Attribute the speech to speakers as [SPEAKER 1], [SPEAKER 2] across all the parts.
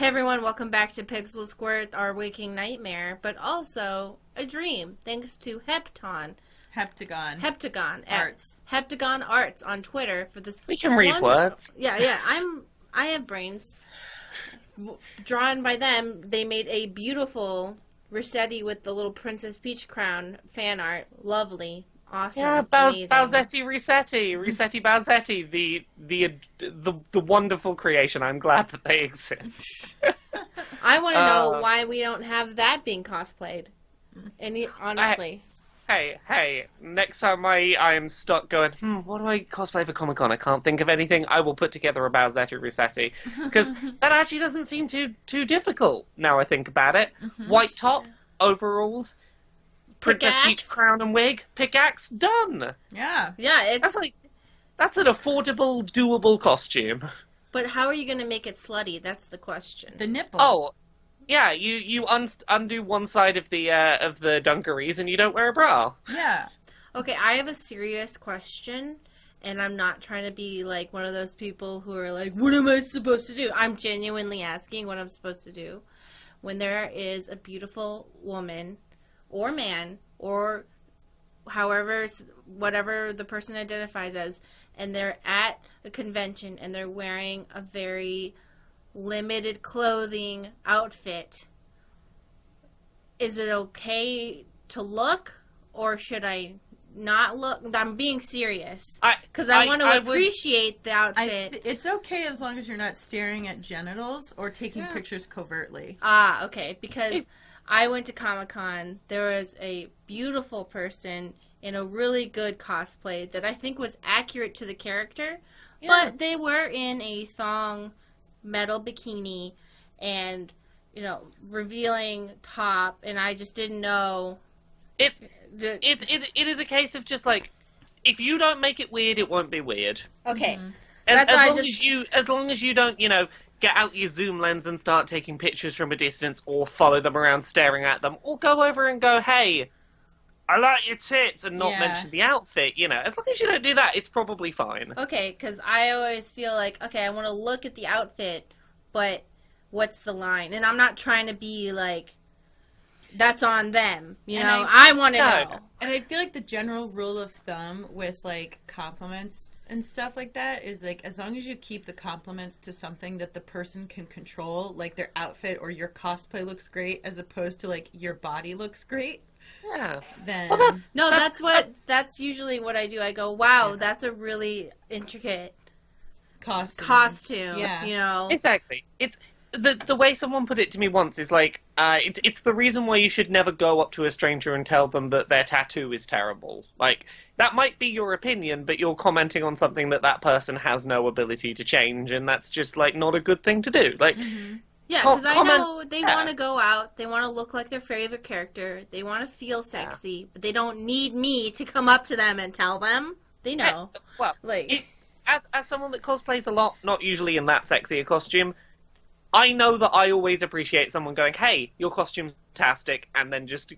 [SPEAKER 1] everyone, welcome back to Pixel Squirt, our waking nightmare, but also a dream, thanks to Hepton,
[SPEAKER 2] Heptagon.
[SPEAKER 1] Heptagon
[SPEAKER 2] Arts.
[SPEAKER 1] at Heptagon Arts on Twitter for this.
[SPEAKER 3] We can read
[SPEAKER 1] wonder-
[SPEAKER 3] words.
[SPEAKER 1] Yeah, yeah. I'm. I have brains. W- Drawn by them, they made a beautiful Rossetti with the little Princess Peach crown fan art. Lovely, awesome,
[SPEAKER 3] Yeah, Bal-
[SPEAKER 1] amazing.
[SPEAKER 3] Balzetti Rossetti, Rossetti Balzetti, the, the the the wonderful creation. I'm glad that they exist.
[SPEAKER 1] I want to know
[SPEAKER 3] Uh,
[SPEAKER 1] why we don't have that being cosplayed. And y- honestly,
[SPEAKER 3] hey, hey! Next time I I am stuck going, hmm, what do I cosplay for Comic Con? I can't think of anything. I will put together a Balzetti Rossetti because that actually doesn't seem too too difficult. Now I think about it. White top, overalls, Princess Peach
[SPEAKER 1] Pickaxe.
[SPEAKER 3] crown and wig, pickaxe, done.
[SPEAKER 2] Yeah.
[SPEAKER 1] yeah, it's.
[SPEAKER 3] That's like that's an affordable, doable costume.
[SPEAKER 1] but how are you going to make it slutty? That's the question.
[SPEAKER 2] The nipple.
[SPEAKER 3] Oh, yeah. You you un- undo one side of the uh, of the dungarees and you don't wear a bra.
[SPEAKER 2] Yeah.
[SPEAKER 1] Okay, I have a serious question, and I'm not trying to be like one of those people who are like, "What am I supposed to do?" I'm genuinely asking what I'm supposed to do when there is a beautiful woman or man or however whatever the person identifies as and they're at a convention and they're wearing a very limited clothing outfit is it okay to look or should i not look i'm being serious
[SPEAKER 3] I
[SPEAKER 1] because i,
[SPEAKER 3] I-
[SPEAKER 1] want to
[SPEAKER 3] I would-
[SPEAKER 1] appreciate the
[SPEAKER 2] I,
[SPEAKER 1] outfit
[SPEAKER 2] th- it's okay as long as you're not staring at genitals or taking
[SPEAKER 1] Yeah.
[SPEAKER 2] pictures covertly.
[SPEAKER 1] Ah, okay. Because I went to Comic Con. There was a beautiful person in a really good cosplay that I think was accurate to the character, but they were in a thong metal bikini and, you know, revealing top, and I just didn't know.
[SPEAKER 3] it,
[SPEAKER 1] d-
[SPEAKER 3] it it it is a case of just like if you don't make it weird, it won't be weird.
[SPEAKER 1] Okay.
[SPEAKER 3] And
[SPEAKER 1] That's
[SPEAKER 3] as
[SPEAKER 1] why I
[SPEAKER 3] long
[SPEAKER 1] just-
[SPEAKER 3] as you as long as you don't you know get out your zoom lens and start taking pictures from a distance or follow them around staring at them or go over and go hey. I like your tits and not
[SPEAKER 2] Yeah.
[SPEAKER 3] mention the outfit, you know. As long as you don't do that, it's probably fine.
[SPEAKER 1] Okay, because I always feel like, okay, I want to look at the outfit, but what's the line? And I'm not trying to be like, that's on them. You
[SPEAKER 2] And
[SPEAKER 1] know, I,
[SPEAKER 2] I-
[SPEAKER 1] want to
[SPEAKER 3] No.
[SPEAKER 1] know.
[SPEAKER 2] And I feel like the general rule of thumb with like compliments and stuff like that is like as long as you keep the compliments to something that the person can control, like their outfit or your cosplay looks great, as opposed to like your body looks great,
[SPEAKER 3] Yeah.
[SPEAKER 2] then
[SPEAKER 3] Well, that's
[SPEAKER 1] No,
[SPEAKER 3] That's-
[SPEAKER 1] that's, what that's,
[SPEAKER 3] that's-
[SPEAKER 1] usually what I do. I go, wow, that's a really intricate
[SPEAKER 2] costume.
[SPEAKER 1] costume.
[SPEAKER 2] Yeah.
[SPEAKER 1] You know,
[SPEAKER 3] Exactly. It's the the way someone put it to me once is like uh, it's it's the reason why you should never go up to a stranger and tell them that their tattoo is terrible. Like that might be your opinion, but you're commenting on something that that person has no ability to change, and that's just like not a good thing to do. Like
[SPEAKER 1] yeah,
[SPEAKER 3] Com-
[SPEAKER 1] because I
[SPEAKER 3] comment-
[SPEAKER 1] know they
[SPEAKER 3] yeah.
[SPEAKER 1] want to go out, they want to look like their favorite character, they want to feel sexy, but they don't need me to come up to them and tell them. They know,
[SPEAKER 3] eh, well,
[SPEAKER 1] like.
[SPEAKER 3] it- as as someone that cosplays a lot, not usually in that sexy a costume, I know that I always appreciate someone going, "Hey, your costume's fantastic," and then just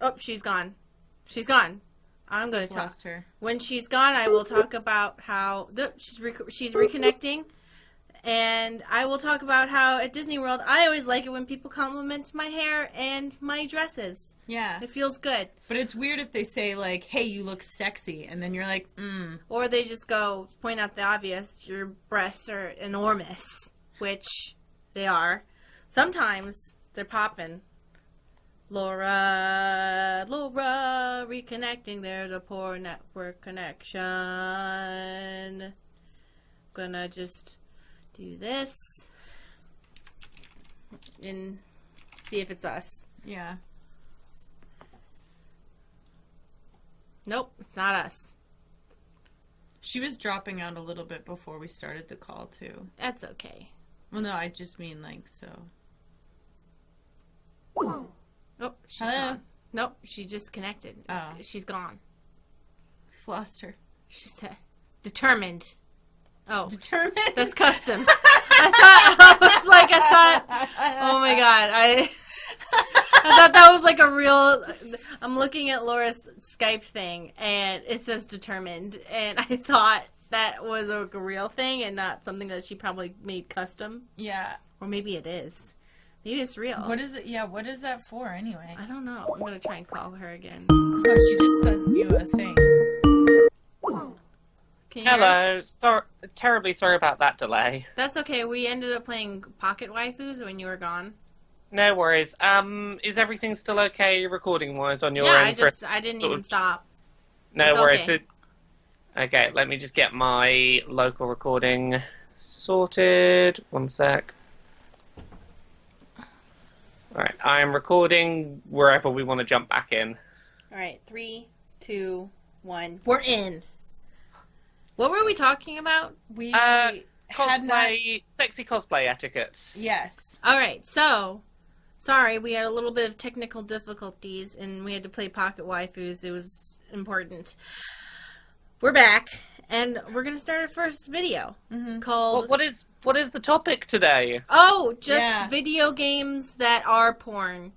[SPEAKER 1] Oh, she's gone. She's gone. I'm going to
[SPEAKER 2] I've
[SPEAKER 1] talk.
[SPEAKER 2] lost her.
[SPEAKER 1] When she's gone, I will talk about how the, she's re- she's reconnecting, and I will talk about how at Disney World I always like it when people compliment my hair and my dresses.
[SPEAKER 2] Yeah,
[SPEAKER 1] It feels good.
[SPEAKER 2] but it's weird if they say like, "Hey, you look sexy," and then you're like, "Mm,
[SPEAKER 1] Or they just go point out the obvious: your breasts are enormous, which they are. Sometimes they're popping. Laura, Laura, reconnecting. There's a poor network connection. Gonna just do this and see if it's us.
[SPEAKER 2] yeah."
[SPEAKER 1] Nope, it's not us.
[SPEAKER 2] She was dropping out a little bit before we started the call too.
[SPEAKER 1] That's okay.
[SPEAKER 2] Well, no, I just mean like so.
[SPEAKER 1] Nope, she's
[SPEAKER 2] Hello?
[SPEAKER 1] gone. Nope, she disconnected.
[SPEAKER 2] Oh.
[SPEAKER 1] She's gone.
[SPEAKER 2] We've lost her.
[SPEAKER 1] She said, determined. Oh,
[SPEAKER 2] Determined.
[SPEAKER 1] that's custom. I thought, I was like, I thought, oh my god, I, I thought that was like a real, I'm looking at Laura's Skype thing and it says determined and I thought that was a real thing and not something that she probably made custom,
[SPEAKER 2] Yeah.
[SPEAKER 1] or maybe it is. Maybe it's real.
[SPEAKER 2] What is it? Yeah. What is that for anyway?
[SPEAKER 1] I don't know. I'm gonna try and call her again.
[SPEAKER 2] Oh, she just sent you a thing.
[SPEAKER 1] Can you hear us?
[SPEAKER 3] Hello. Sor- terribly sorry about that delay.
[SPEAKER 1] That's okay. We ended up playing Pocket Waifus when you were gone.
[SPEAKER 3] No worries. Um, is everything still okay recording wise on your
[SPEAKER 1] yeah,
[SPEAKER 3] end?
[SPEAKER 1] I just I didn't even
[SPEAKER 3] Oops.
[SPEAKER 1] stop.
[SPEAKER 3] no
[SPEAKER 1] it's
[SPEAKER 3] worries.
[SPEAKER 1] okay.
[SPEAKER 3] It- okay, let me just get my local recording sorted. One sec. Alright, I am recording wherever we want to jump back in.
[SPEAKER 1] All right, three, two, one. We're in. What were we talking about?
[SPEAKER 2] We
[SPEAKER 3] Uh,
[SPEAKER 2] had not.
[SPEAKER 3] Cosplay, sexy cosplay etiquette.
[SPEAKER 2] Yes.
[SPEAKER 1] All right, so sorry, we had a little bit of technical difficulties and we had to play Pocket Waifus. It was important. We're back, and we're gonna start our first video
[SPEAKER 2] Mm-hmm.
[SPEAKER 1] called
[SPEAKER 3] What, what is what is the topic today?
[SPEAKER 1] "Oh, just
[SPEAKER 2] Yeah.
[SPEAKER 1] video games that are porn."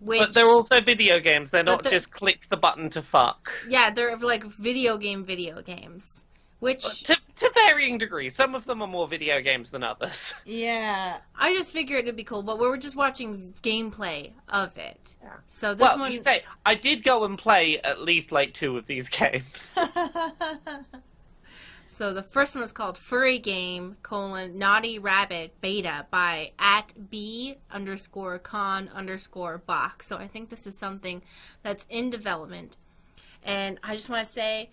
[SPEAKER 1] Which
[SPEAKER 3] But they're also video games. They're
[SPEAKER 1] But
[SPEAKER 3] not
[SPEAKER 1] they're-
[SPEAKER 3] just click the button to fuck.
[SPEAKER 1] Yeah, they're like video game video games. Which
[SPEAKER 3] To, to varying degrees. Some of them are more video games than others.
[SPEAKER 2] Yeah.
[SPEAKER 1] I just figured it'd be cool, but we were just watching gameplay of it.
[SPEAKER 3] Yeah.
[SPEAKER 1] So this
[SPEAKER 3] well,
[SPEAKER 1] one
[SPEAKER 3] you say I did go and play at least like two of these games.
[SPEAKER 2] Oh,
[SPEAKER 1] so the first one was called Furry Game colon Naughty Rabbit Beta by at B underscore con underscore box. So I think this is something that's in development. And I just wanna say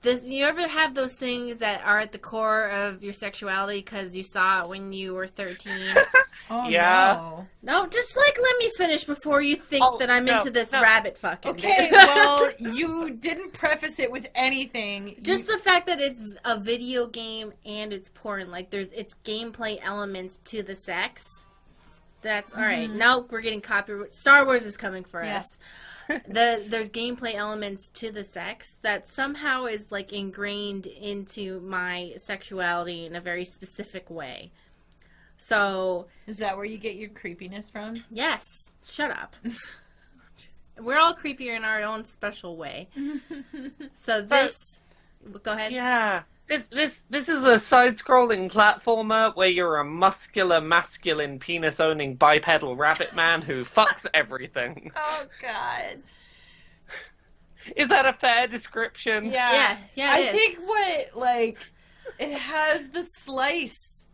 [SPEAKER 1] this you ever have those things that are at the core of your sexuality because you saw it when you were 13
[SPEAKER 2] oh
[SPEAKER 3] Yeah.
[SPEAKER 1] No, just like let me finish before you think
[SPEAKER 3] Oh,
[SPEAKER 1] that I'm
[SPEAKER 3] no,
[SPEAKER 1] into this
[SPEAKER 3] no.
[SPEAKER 1] rabbit fucking.
[SPEAKER 2] no. Okay.
[SPEAKER 1] thing.
[SPEAKER 2] Well, you didn't preface it with anything.
[SPEAKER 1] just the fact that it's a video game and it's porn, like there's it's gameplay elements to the sex. That's all right.
[SPEAKER 2] Mhm.
[SPEAKER 1] Now we're getting copyright. Star Wars is coming for
[SPEAKER 2] Yeah.
[SPEAKER 1] us. the there's gameplay elements to the sex that somehow is like ingrained into my sexuality in a very specific way. So
[SPEAKER 2] Is that where you get your creepiness from?
[SPEAKER 1] Yes. Shut up. We're all creepier in our own special way.
[SPEAKER 2] Oh,
[SPEAKER 1] So this. go ahead.
[SPEAKER 3] Yeah. This, this this is a side-scrolling platformer where you're a muscular, masculine, penis-owning bipedal rabbit man who fucks everything.
[SPEAKER 2] oh God.
[SPEAKER 3] Is that a fair description?
[SPEAKER 2] Yeah.
[SPEAKER 1] Yeah. Yeah.
[SPEAKER 2] I
[SPEAKER 1] it is.
[SPEAKER 2] think what like it has the slice.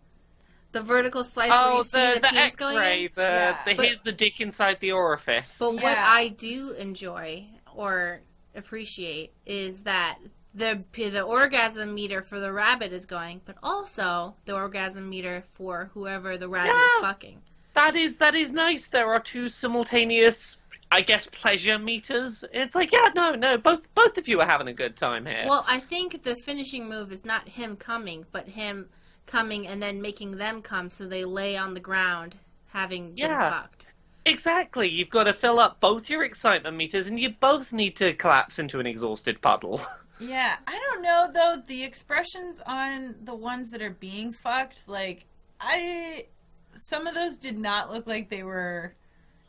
[SPEAKER 1] the vertical slice where
[SPEAKER 3] Oh,
[SPEAKER 1] you see the,
[SPEAKER 3] the, the,
[SPEAKER 1] penis going
[SPEAKER 3] X-ray.
[SPEAKER 1] in.
[SPEAKER 3] The,
[SPEAKER 2] Yeah.
[SPEAKER 3] the
[SPEAKER 1] But-
[SPEAKER 3] here's the dick inside the orifice.
[SPEAKER 1] But what
[SPEAKER 2] Yeah.
[SPEAKER 1] I do enjoy or appreciate is that the the orgasm meter for the rabbit is going, but also the orgasm meter for whoever the rabbit is
[SPEAKER 3] Yeah.
[SPEAKER 1] fucking.
[SPEAKER 3] That is that is nice. There are two simultaneous, I guess, pleasure meters. It's like, yeah, no, no, both both of you are having a good time here.
[SPEAKER 1] Well, I think the finishing move is not him coming, but him coming and then making them come so they lay on the ground having been
[SPEAKER 3] Yeah.
[SPEAKER 1] fucked.
[SPEAKER 3] exactly. You've got to fill up both your excitement meters, and you both need to collapse into an exhausted puddle.
[SPEAKER 2] Yeah, I don't know though. The expressions on the ones that are being fucked, like I, some of those did not look like they were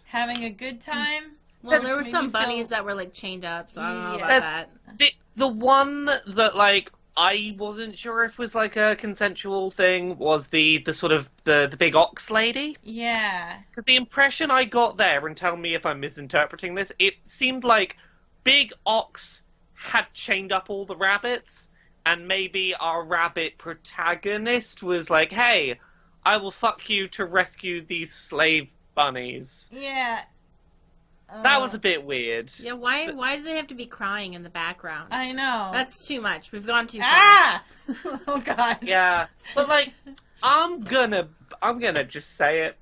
[SPEAKER 2] having a good time.
[SPEAKER 1] Well,
[SPEAKER 2] That's
[SPEAKER 1] there were
[SPEAKER 2] made me
[SPEAKER 1] some
[SPEAKER 2] feel-
[SPEAKER 1] bunnies that were like chained up, so I don't know
[SPEAKER 2] Yeah.
[SPEAKER 1] about that.
[SPEAKER 3] the the one that like I wasn't sure if was like a consensual thing was the the sort of the the big ox lady.
[SPEAKER 2] Yeah,
[SPEAKER 3] Because the impression I got there, and tell me if I'm misinterpreting this, it seemed like Big Ox had chained up all the rabbits, and maybe our rabbit protagonist was like, hey, I will fuck you to rescue these slave bunnies.
[SPEAKER 2] yeah.
[SPEAKER 3] That
[SPEAKER 2] Uh,
[SPEAKER 3] was a bit weird.
[SPEAKER 1] Yeah, why why do they have to be crying in the background?
[SPEAKER 2] I know.
[SPEAKER 1] That's too much. We've gone too far.
[SPEAKER 2] ah. oh God.
[SPEAKER 3] Yeah, but like, I'm gonna, I'm gonna just say it.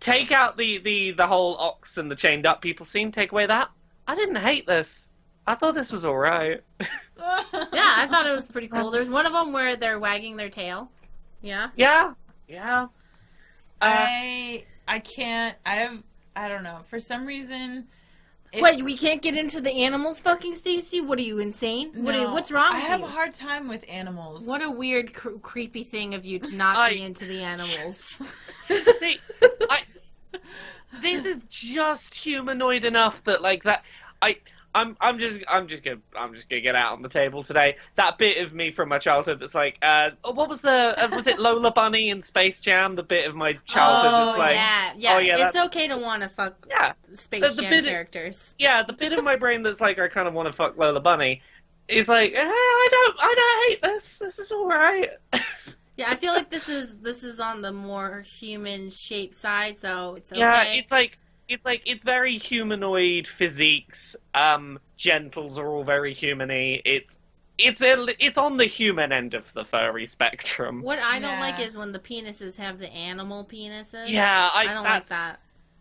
[SPEAKER 3] Take out the the the whole ox and the chained up people scene. Take away that. I didn't hate this. I thought this was all right.
[SPEAKER 1] Yeah, I thought it was pretty cool. There's one of them where they're wagging their tail. Yeah.
[SPEAKER 3] Yeah, yeah. Uh,
[SPEAKER 2] I I can't. I have. I don't know. For some reason. it-
[SPEAKER 1] Wait, we can't get into the animals fucking Stacy? What are you insane? What are you,
[SPEAKER 2] no,
[SPEAKER 1] what's wrong
[SPEAKER 2] I
[SPEAKER 1] with
[SPEAKER 2] have
[SPEAKER 1] you?
[SPEAKER 2] a hard time with animals.
[SPEAKER 1] What a weird cr- creepy thing of you to not
[SPEAKER 3] I-
[SPEAKER 1] be into the animals.
[SPEAKER 3] see, I, this is just humanoid enough that like that. I I'm I'm just I'm just gonna I'm just gonna get out on the table today. That bit of me from my childhood that's like, uh, oh, what was the uh, was it Lola Bunny in Space Jam? The bit of my childhood
[SPEAKER 1] oh
[SPEAKER 3] that's like,
[SPEAKER 1] yeah, yeah.
[SPEAKER 3] oh, yeah,
[SPEAKER 1] it's okay to want to fuck
[SPEAKER 3] yeah,
[SPEAKER 1] Space
[SPEAKER 3] The- the
[SPEAKER 1] Jam
[SPEAKER 3] bit-
[SPEAKER 1] characters.
[SPEAKER 3] yeah. The bit of my brain that's like, I kind of want to fuck Lola Bunny. Is like, eh, I don't I don't hate this. This is all right.
[SPEAKER 1] Yeah, I feel like this is this is on the more human shape side, so it's okay.
[SPEAKER 3] Yeah, it's like it's like it's very humanoid physiques. Um, gentles are all very humany. It's it's a, it's on the human end of the furry spectrum.
[SPEAKER 1] what I don't like
[SPEAKER 2] Yeah.
[SPEAKER 1] is when the penises have the animal penises.
[SPEAKER 3] Yeah, I,
[SPEAKER 1] I don't like
[SPEAKER 3] that's-
[SPEAKER 1] that.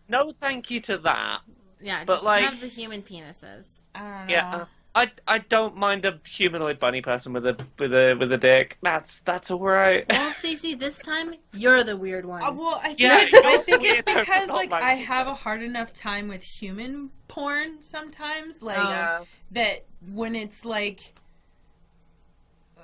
[SPEAKER 3] No, thank you to that.
[SPEAKER 1] Yeah,
[SPEAKER 3] But,
[SPEAKER 1] just
[SPEAKER 3] like-
[SPEAKER 1] have the human penises.
[SPEAKER 2] I don't know.
[SPEAKER 3] Yeah. I, I don't mind a humanoid bunny person with a with a with a dick. That's that's all right.
[SPEAKER 1] Well, Cece, this time you're the weird one.
[SPEAKER 2] Uh, well, I think,
[SPEAKER 3] Yeah,
[SPEAKER 2] it's, I
[SPEAKER 3] you're
[SPEAKER 2] think it's
[SPEAKER 3] weird.
[SPEAKER 2] because
[SPEAKER 3] Don't
[SPEAKER 2] like
[SPEAKER 3] mind
[SPEAKER 2] I
[SPEAKER 3] me.
[SPEAKER 2] have a hard enough time with human porn sometimes, like
[SPEAKER 1] Yeah.
[SPEAKER 2] that when it's like uh,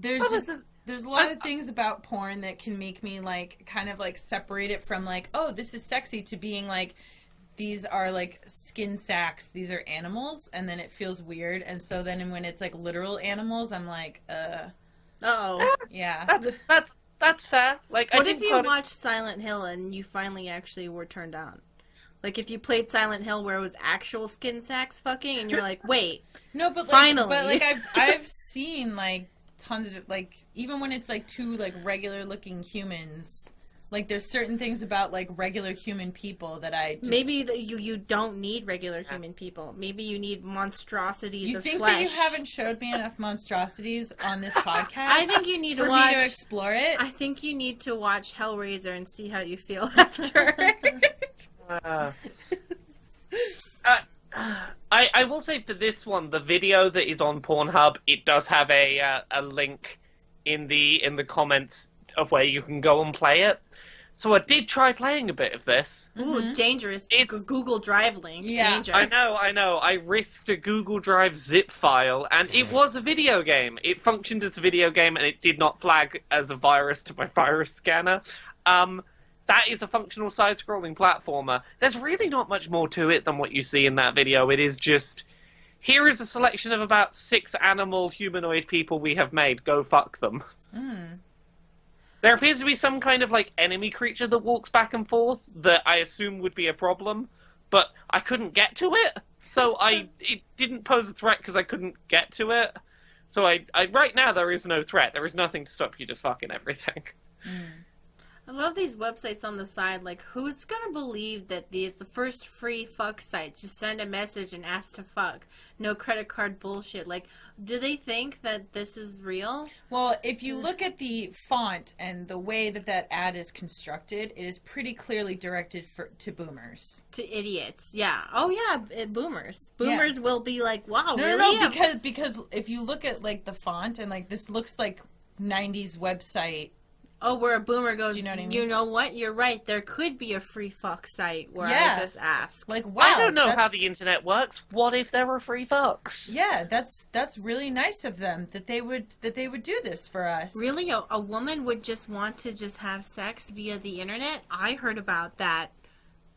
[SPEAKER 2] there's
[SPEAKER 3] That
[SPEAKER 2] just
[SPEAKER 3] wasn't-
[SPEAKER 2] there's a lot of things about porn that can make me like kind of like separate it from like oh this is sexy to being like these are like skin sacks these are animals and then it feels weird and so then when it's like literal animals i'm like uh
[SPEAKER 1] oh.
[SPEAKER 2] yeah
[SPEAKER 3] That's that's that's fair. Like I
[SPEAKER 1] What
[SPEAKER 3] think
[SPEAKER 1] if you
[SPEAKER 3] part of-
[SPEAKER 1] watched Silent Hill and you finally actually were turned on? Like if you played Silent Hill where it was actual skin sacks fucking, and you're like, wait,
[SPEAKER 2] No, but like,
[SPEAKER 1] Finally.
[SPEAKER 2] but like I've I've seen like tons of like even when it's like two like regular looking humans, like there's certain things about like regular human people that I just,
[SPEAKER 1] maybe that you you don't need regular human people. Maybe you need monstrosities
[SPEAKER 2] you
[SPEAKER 1] of
[SPEAKER 2] think
[SPEAKER 1] flesh.
[SPEAKER 2] that you haven't showed me enough monstrosities on this podcast.
[SPEAKER 1] I think you need
[SPEAKER 2] for
[SPEAKER 1] to
[SPEAKER 2] me to
[SPEAKER 1] watch.
[SPEAKER 2] explore it.
[SPEAKER 1] I think you need to watch Hellraiser and see how you feel after.
[SPEAKER 3] Uh, uh, I I will say for this one, the video that is on Pornhub, it does have a uh, a link in the in the comments of where you can go and play it. So I did try playing a bit of this.
[SPEAKER 1] Ooh,
[SPEAKER 2] Mhm.
[SPEAKER 1] dangerous!
[SPEAKER 3] Mm-hmm. It's-
[SPEAKER 1] G- Google Drive link.
[SPEAKER 2] Yeah.
[SPEAKER 1] Danger.
[SPEAKER 3] I know, I know. I risked a Google Drive zip file, and it was a video game. It functioned as a video game, and it did not flag as a virus to my virus scanner. Um, that is a functional side-scrolling platformer. There's really not much more to it than what you see in that video. It is just here is a selection of about six animal humanoid people we have made. Go fuck them.
[SPEAKER 2] Mm.
[SPEAKER 3] There appears to be some kind of like enemy creature that walks back and forth that I assume would be a problem, but I couldn't get to it, so I it didn't pose a threat because I couldn't get to it. So I, I right now there is no threat. There is nothing to stop you just fucking everything.
[SPEAKER 1] I love these websites on the side. Like, who's gonna believe that these the first free fuck site? Just send a message and ask to fuck. No credit card bullshit. Like, do they think that this is real?
[SPEAKER 2] Well, if you look at the font and the way that that ad is constructed, it is pretty clearly directed for, to boomers.
[SPEAKER 1] To idiots, yeah. Oh yeah, it, boomers.
[SPEAKER 2] Yeah.
[SPEAKER 1] Boomers will be like, wow,
[SPEAKER 2] No,
[SPEAKER 1] really?
[SPEAKER 2] no,
[SPEAKER 1] Yeah.
[SPEAKER 2] no, because because if you look at like the font and like this looks like '90s website.
[SPEAKER 1] oh, where a boomer goes.
[SPEAKER 2] Do
[SPEAKER 1] you
[SPEAKER 2] you
[SPEAKER 1] know
[SPEAKER 2] know what I mean?
[SPEAKER 1] what? You're right. There could be a free fuck site where
[SPEAKER 2] Yeah.
[SPEAKER 1] I just ask.
[SPEAKER 2] Like, wow,
[SPEAKER 3] I don't know how
[SPEAKER 2] that's-
[SPEAKER 3] the internet works. What if there were free fucks?
[SPEAKER 2] Yeah, that's that's really nice of them that they would that they would do this for us.
[SPEAKER 1] Really, a, a woman would just want to just have sex via the internet? I heard about that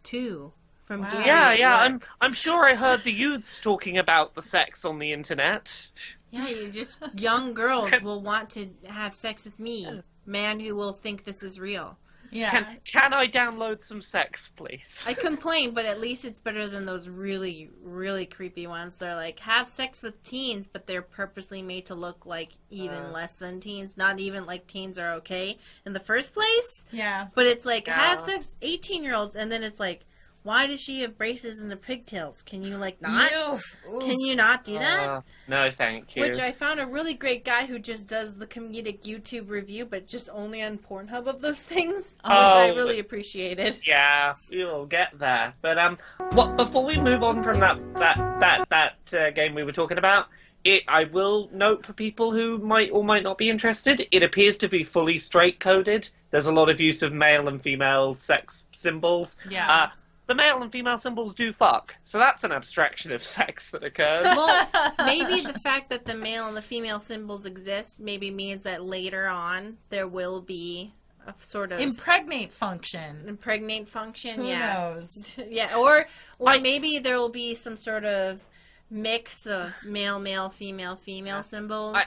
[SPEAKER 1] too from
[SPEAKER 2] Wow.
[SPEAKER 1] Gary
[SPEAKER 3] Yeah,
[SPEAKER 1] at
[SPEAKER 3] yeah,
[SPEAKER 1] work.
[SPEAKER 3] I'm I'm sure I heard the youths talking about the sex on the internet.
[SPEAKER 1] Yeah, you just young girls will want to have sex with me, man who will think this is real.
[SPEAKER 2] Yeah.
[SPEAKER 3] Can can I download some sex, please?
[SPEAKER 1] I complain, but at least it's better than those really, really creepy ones. They're like have sex with teens, but they're purposely made to look like even
[SPEAKER 3] Uh.
[SPEAKER 1] less than teens. Not even like teens are okay in the first place.
[SPEAKER 2] yeah.
[SPEAKER 1] But it's like
[SPEAKER 3] Yeah.
[SPEAKER 1] have sex eighteen year olds, and then it's like, why does she have braces and the pigtails? Can you like not?
[SPEAKER 2] Ew.
[SPEAKER 1] Can you not do that?
[SPEAKER 3] Uh, no, thank you.
[SPEAKER 1] Which I found a really great guy who just does the comedic YouTube review, but just only on Pornhub of those things, which I
[SPEAKER 3] Oh.
[SPEAKER 1] really appreciated.
[SPEAKER 3] Yeah, we will get there. But um, what before we move on from that that that that uh, game we were talking about, it I will note for people who might or might not be interested, it appears to be fully straight coded. There's a lot of use of male and female sex symbols.
[SPEAKER 2] Yeah.
[SPEAKER 3] Uh, the male and female symbols do fuck, so that's an abstraction of sex that occurs.
[SPEAKER 1] Well, maybe the fact that the male and the female symbols exist maybe means that later on there will be a sort of
[SPEAKER 2] Impregnate function.
[SPEAKER 1] impregnate function.
[SPEAKER 2] Who
[SPEAKER 1] yeah,
[SPEAKER 2] knows?
[SPEAKER 1] yeah, or or
[SPEAKER 3] I-
[SPEAKER 1] maybe there will be some sort of mix of male, male, female, female symbols.
[SPEAKER 3] I-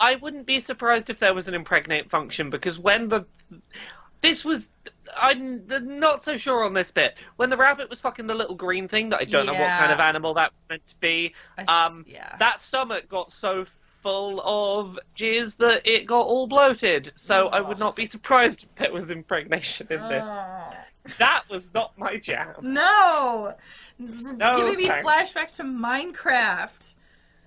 [SPEAKER 3] I wouldn't be surprised if there was an impregnate function because when the this was I'm not so sure on this bit. When the rabbit was fucking the little green thing that I don't know what
[SPEAKER 2] Yeah.
[SPEAKER 3] kind of animal that was meant to be,
[SPEAKER 2] I s-
[SPEAKER 3] Um,
[SPEAKER 2] yeah.
[SPEAKER 3] that stomach got so full of jizz that it got all bloated. So I would not be surprised if there was impregnation in
[SPEAKER 2] Oh.
[SPEAKER 3] this. That was not my jam.
[SPEAKER 2] No! It's
[SPEAKER 3] No,
[SPEAKER 2] giving me
[SPEAKER 3] thanks.
[SPEAKER 2] flashbacks to Minecraft.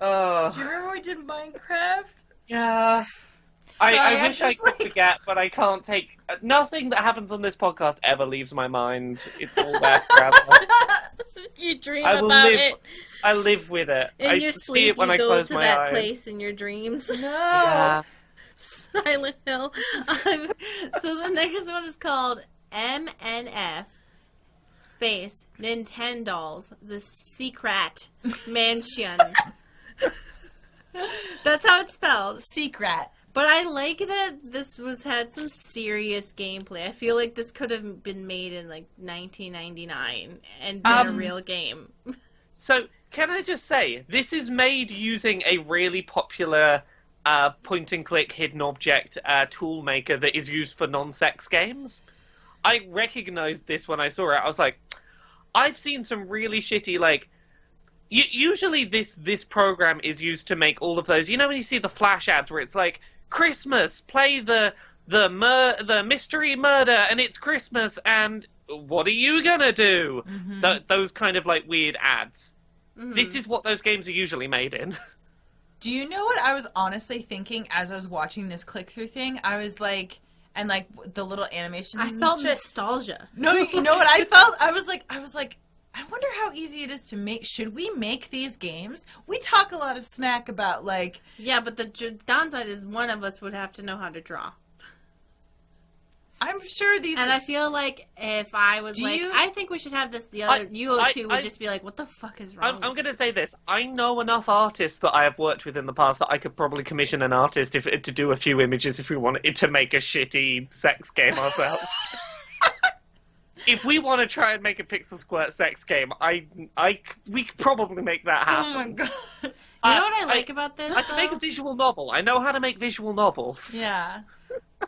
[SPEAKER 3] Oh,
[SPEAKER 2] Do you remember when we did Minecraft?
[SPEAKER 3] yeah. I,
[SPEAKER 2] Sorry,
[SPEAKER 3] I
[SPEAKER 2] I'm
[SPEAKER 3] wish I
[SPEAKER 2] just
[SPEAKER 3] could
[SPEAKER 2] like-
[SPEAKER 3] forget, but I can't take. Nothing that happens on this podcast ever leaves my mind. It's all there forever.
[SPEAKER 1] you dream
[SPEAKER 3] I will
[SPEAKER 1] about
[SPEAKER 3] live-
[SPEAKER 1] it
[SPEAKER 3] I live with it.
[SPEAKER 1] in
[SPEAKER 3] I
[SPEAKER 1] your
[SPEAKER 3] see
[SPEAKER 1] sleep.
[SPEAKER 3] it when
[SPEAKER 1] You
[SPEAKER 3] I
[SPEAKER 1] go
[SPEAKER 3] close
[SPEAKER 1] to
[SPEAKER 3] my
[SPEAKER 1] that
[SPEAKER 3] eyes.
[SPEAKER 1] place in your dreams.
[SPEAKER 2] No!
[SPEAKER 3] Yeah.
[SPEAKER 1] Silent Hill. Um, so the next one is called MNF Space Nintendo's The Secret Mansion. That's how it's spelled.
[SPEAKER 2] Secret.
[SPEAKER 1] But I like that this was had some serious gameplay. I feel like this could have been made in like 1999 and been a
[SPEAKER 3] Um,
[SPEAKER 1] real game.
[SPEAKER 3] So, can I just say, this is made using a really popular uh, point and click hidden object uh, tool maker that is used for non sex games. I recognized this when I saw it. I was like, I've seen some really shitty, like, u- usually this this program is used to make all of those you know when you see the flash ads where it's like christmas play the the mur- the mystery murder and it's christmas and what are you gonna do Th- those kind of like weird ads this is what those games are usually made in
[SPEAKER 2] Do you know what I was honestly thinking as I was watching this click through thing? I was like, and like the little animation.
[SPEAKER 1] I
[SPEAKER 2] and
[SPEAKER 1] felt
[SPEAKER 2] shit.
[SPEAKER 1] Mm, nostalgia.
[SPEAKER 2] No, you know what I felt? I was like, I was like, I wonder how easy it is to make. Should we make these games? We talk a lot of snack about like,
[SPEAKER 1] Yeah, but the j- downside is one of us would have to know how to draw.
[SPEAKER 2] I'm sure these.
[SPEAKER 1] And I feel like if I was
[SPEAKER 2] Do
[SPEAKER 1] like,
[SPEAKER 2] you-
[SPEAKER 1] I think we should have this. The other
[SPEAKER 3] I-
[SPEAKER 1] you O two
[SPEAKER 3] I-
[SPEAKER 1] would
[SPEAKER 3] I-
[SPEAKER 1] just be like, "What the fuck is wrong?"
[SPEAKER 3] I'm, I'm going to say this. I know enough artists that I have worked with in the past that I could probably commission an artist if, to do a few images if we wanted to make a shitty sex game ourselves. if we want to try and make a pixel squirt sex game, I, I, we could probably make that
[SPEAKER 2] oh my
[SPEAKER 3] happen.
[SPEAKER 2] god.
[SPEAKER 1] you
[SPEAKER 3] I-
[SPEAKER 1] know what I
[SPEAKER 3] I-
[SPEAKER 1] like about this?
[SPEAKER 3] I can make a
[SPEAKER 1] though?
[SPEAKER 3] visual novel. I know how to make visual novels.
[SPEAKER 2] Yeah.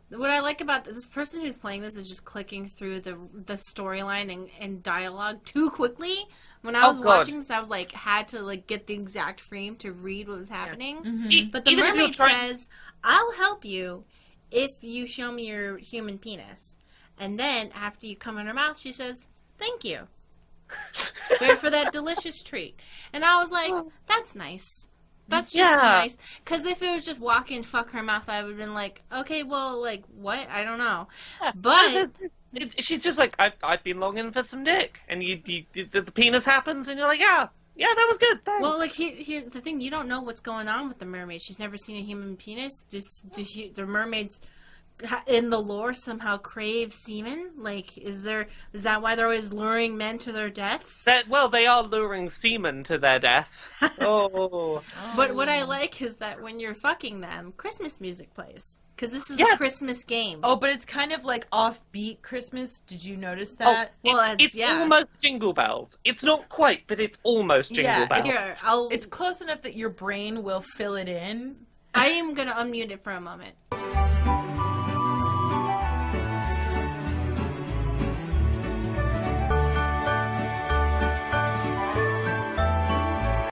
[SPEAKER 1] What I like about this, this person who's playing this is just clicking through the the storyline and, and dialogue too quickly. When I
[SPEAKER 3] Oh,
[SPEAKER 1] was
[SPEAKER 3] God.
[SPEAKER 1] watching this, I was like, had to like get the exact frame to read what was happening.
[SPEAKER 2] Mm-hmm.
[SPEAKER 3] E-
[SPEAKER 1] mm-hmm. But the
[SPEAKER 3] even if you
[SPEAKER 1] mermaid
[SPEAKER 3] try-
[SPEAKER 1] says, "I'll help you if you show me your human penis." And then after you come in her mouth, she says, "Thank you." Wait for that delicious treat. And I was like, "That's nice. That's just
[SPEAKER 3] Oh. Yeah.
[SPEAKER 1] nice." Because if it was just walk in, fuck her mouth, I would have been like, "Okay, well, like what? I don't know."
[SPEAKER 3] No,
[SPEAKER 1] But
[SPEAKER 3] there's this- it- she's just like, I've, I've been longing for some dick. And you, you, the, the penis happens, and you're like, yeah, yeah, that was good. Thanks.
[SPEAKER 1] Well, like here, here's the thing: you don't know what's going on with the mermaid. She's never seen a human penis. Just do hu- the mermaids ha- in the lore somehow crave semen? Like, is there is that why they're always luring men to their deaths?
[SPEAKER 3] That, well, they are luring seamen to their death. Oh,
[SPEAKER 1] But what I like is that when you're fucking them, Christmas music plays because this is a
[SPEAKER 3] Yeah.
[SPEAKER 1] Christmas game.
[SPEAKER 2] Oh, but it's kind of like offbeat Christmas. Did you notice
[SPEAKER 3] Oh,
[SPEAKER 2] that?
[SPEAKER 1] well,
[SPEAKER 3] it-
[SPEAKER 1] it's-
[SPEAKER 3] it's,
[SPEAKER 1] yeah.
[SPEAKER 3] almost Jingle Bells. It's not quite, but it's almost Jingle
[SPEAKER 2] Yeah,
[SPEAKER 3] Bells.
[SPEAKER 1] here, I'll,
[SPEAKER 2] It's close enough that your brain will fill it in.
[SPEAKER 1] I am gonna unmute it for a moment.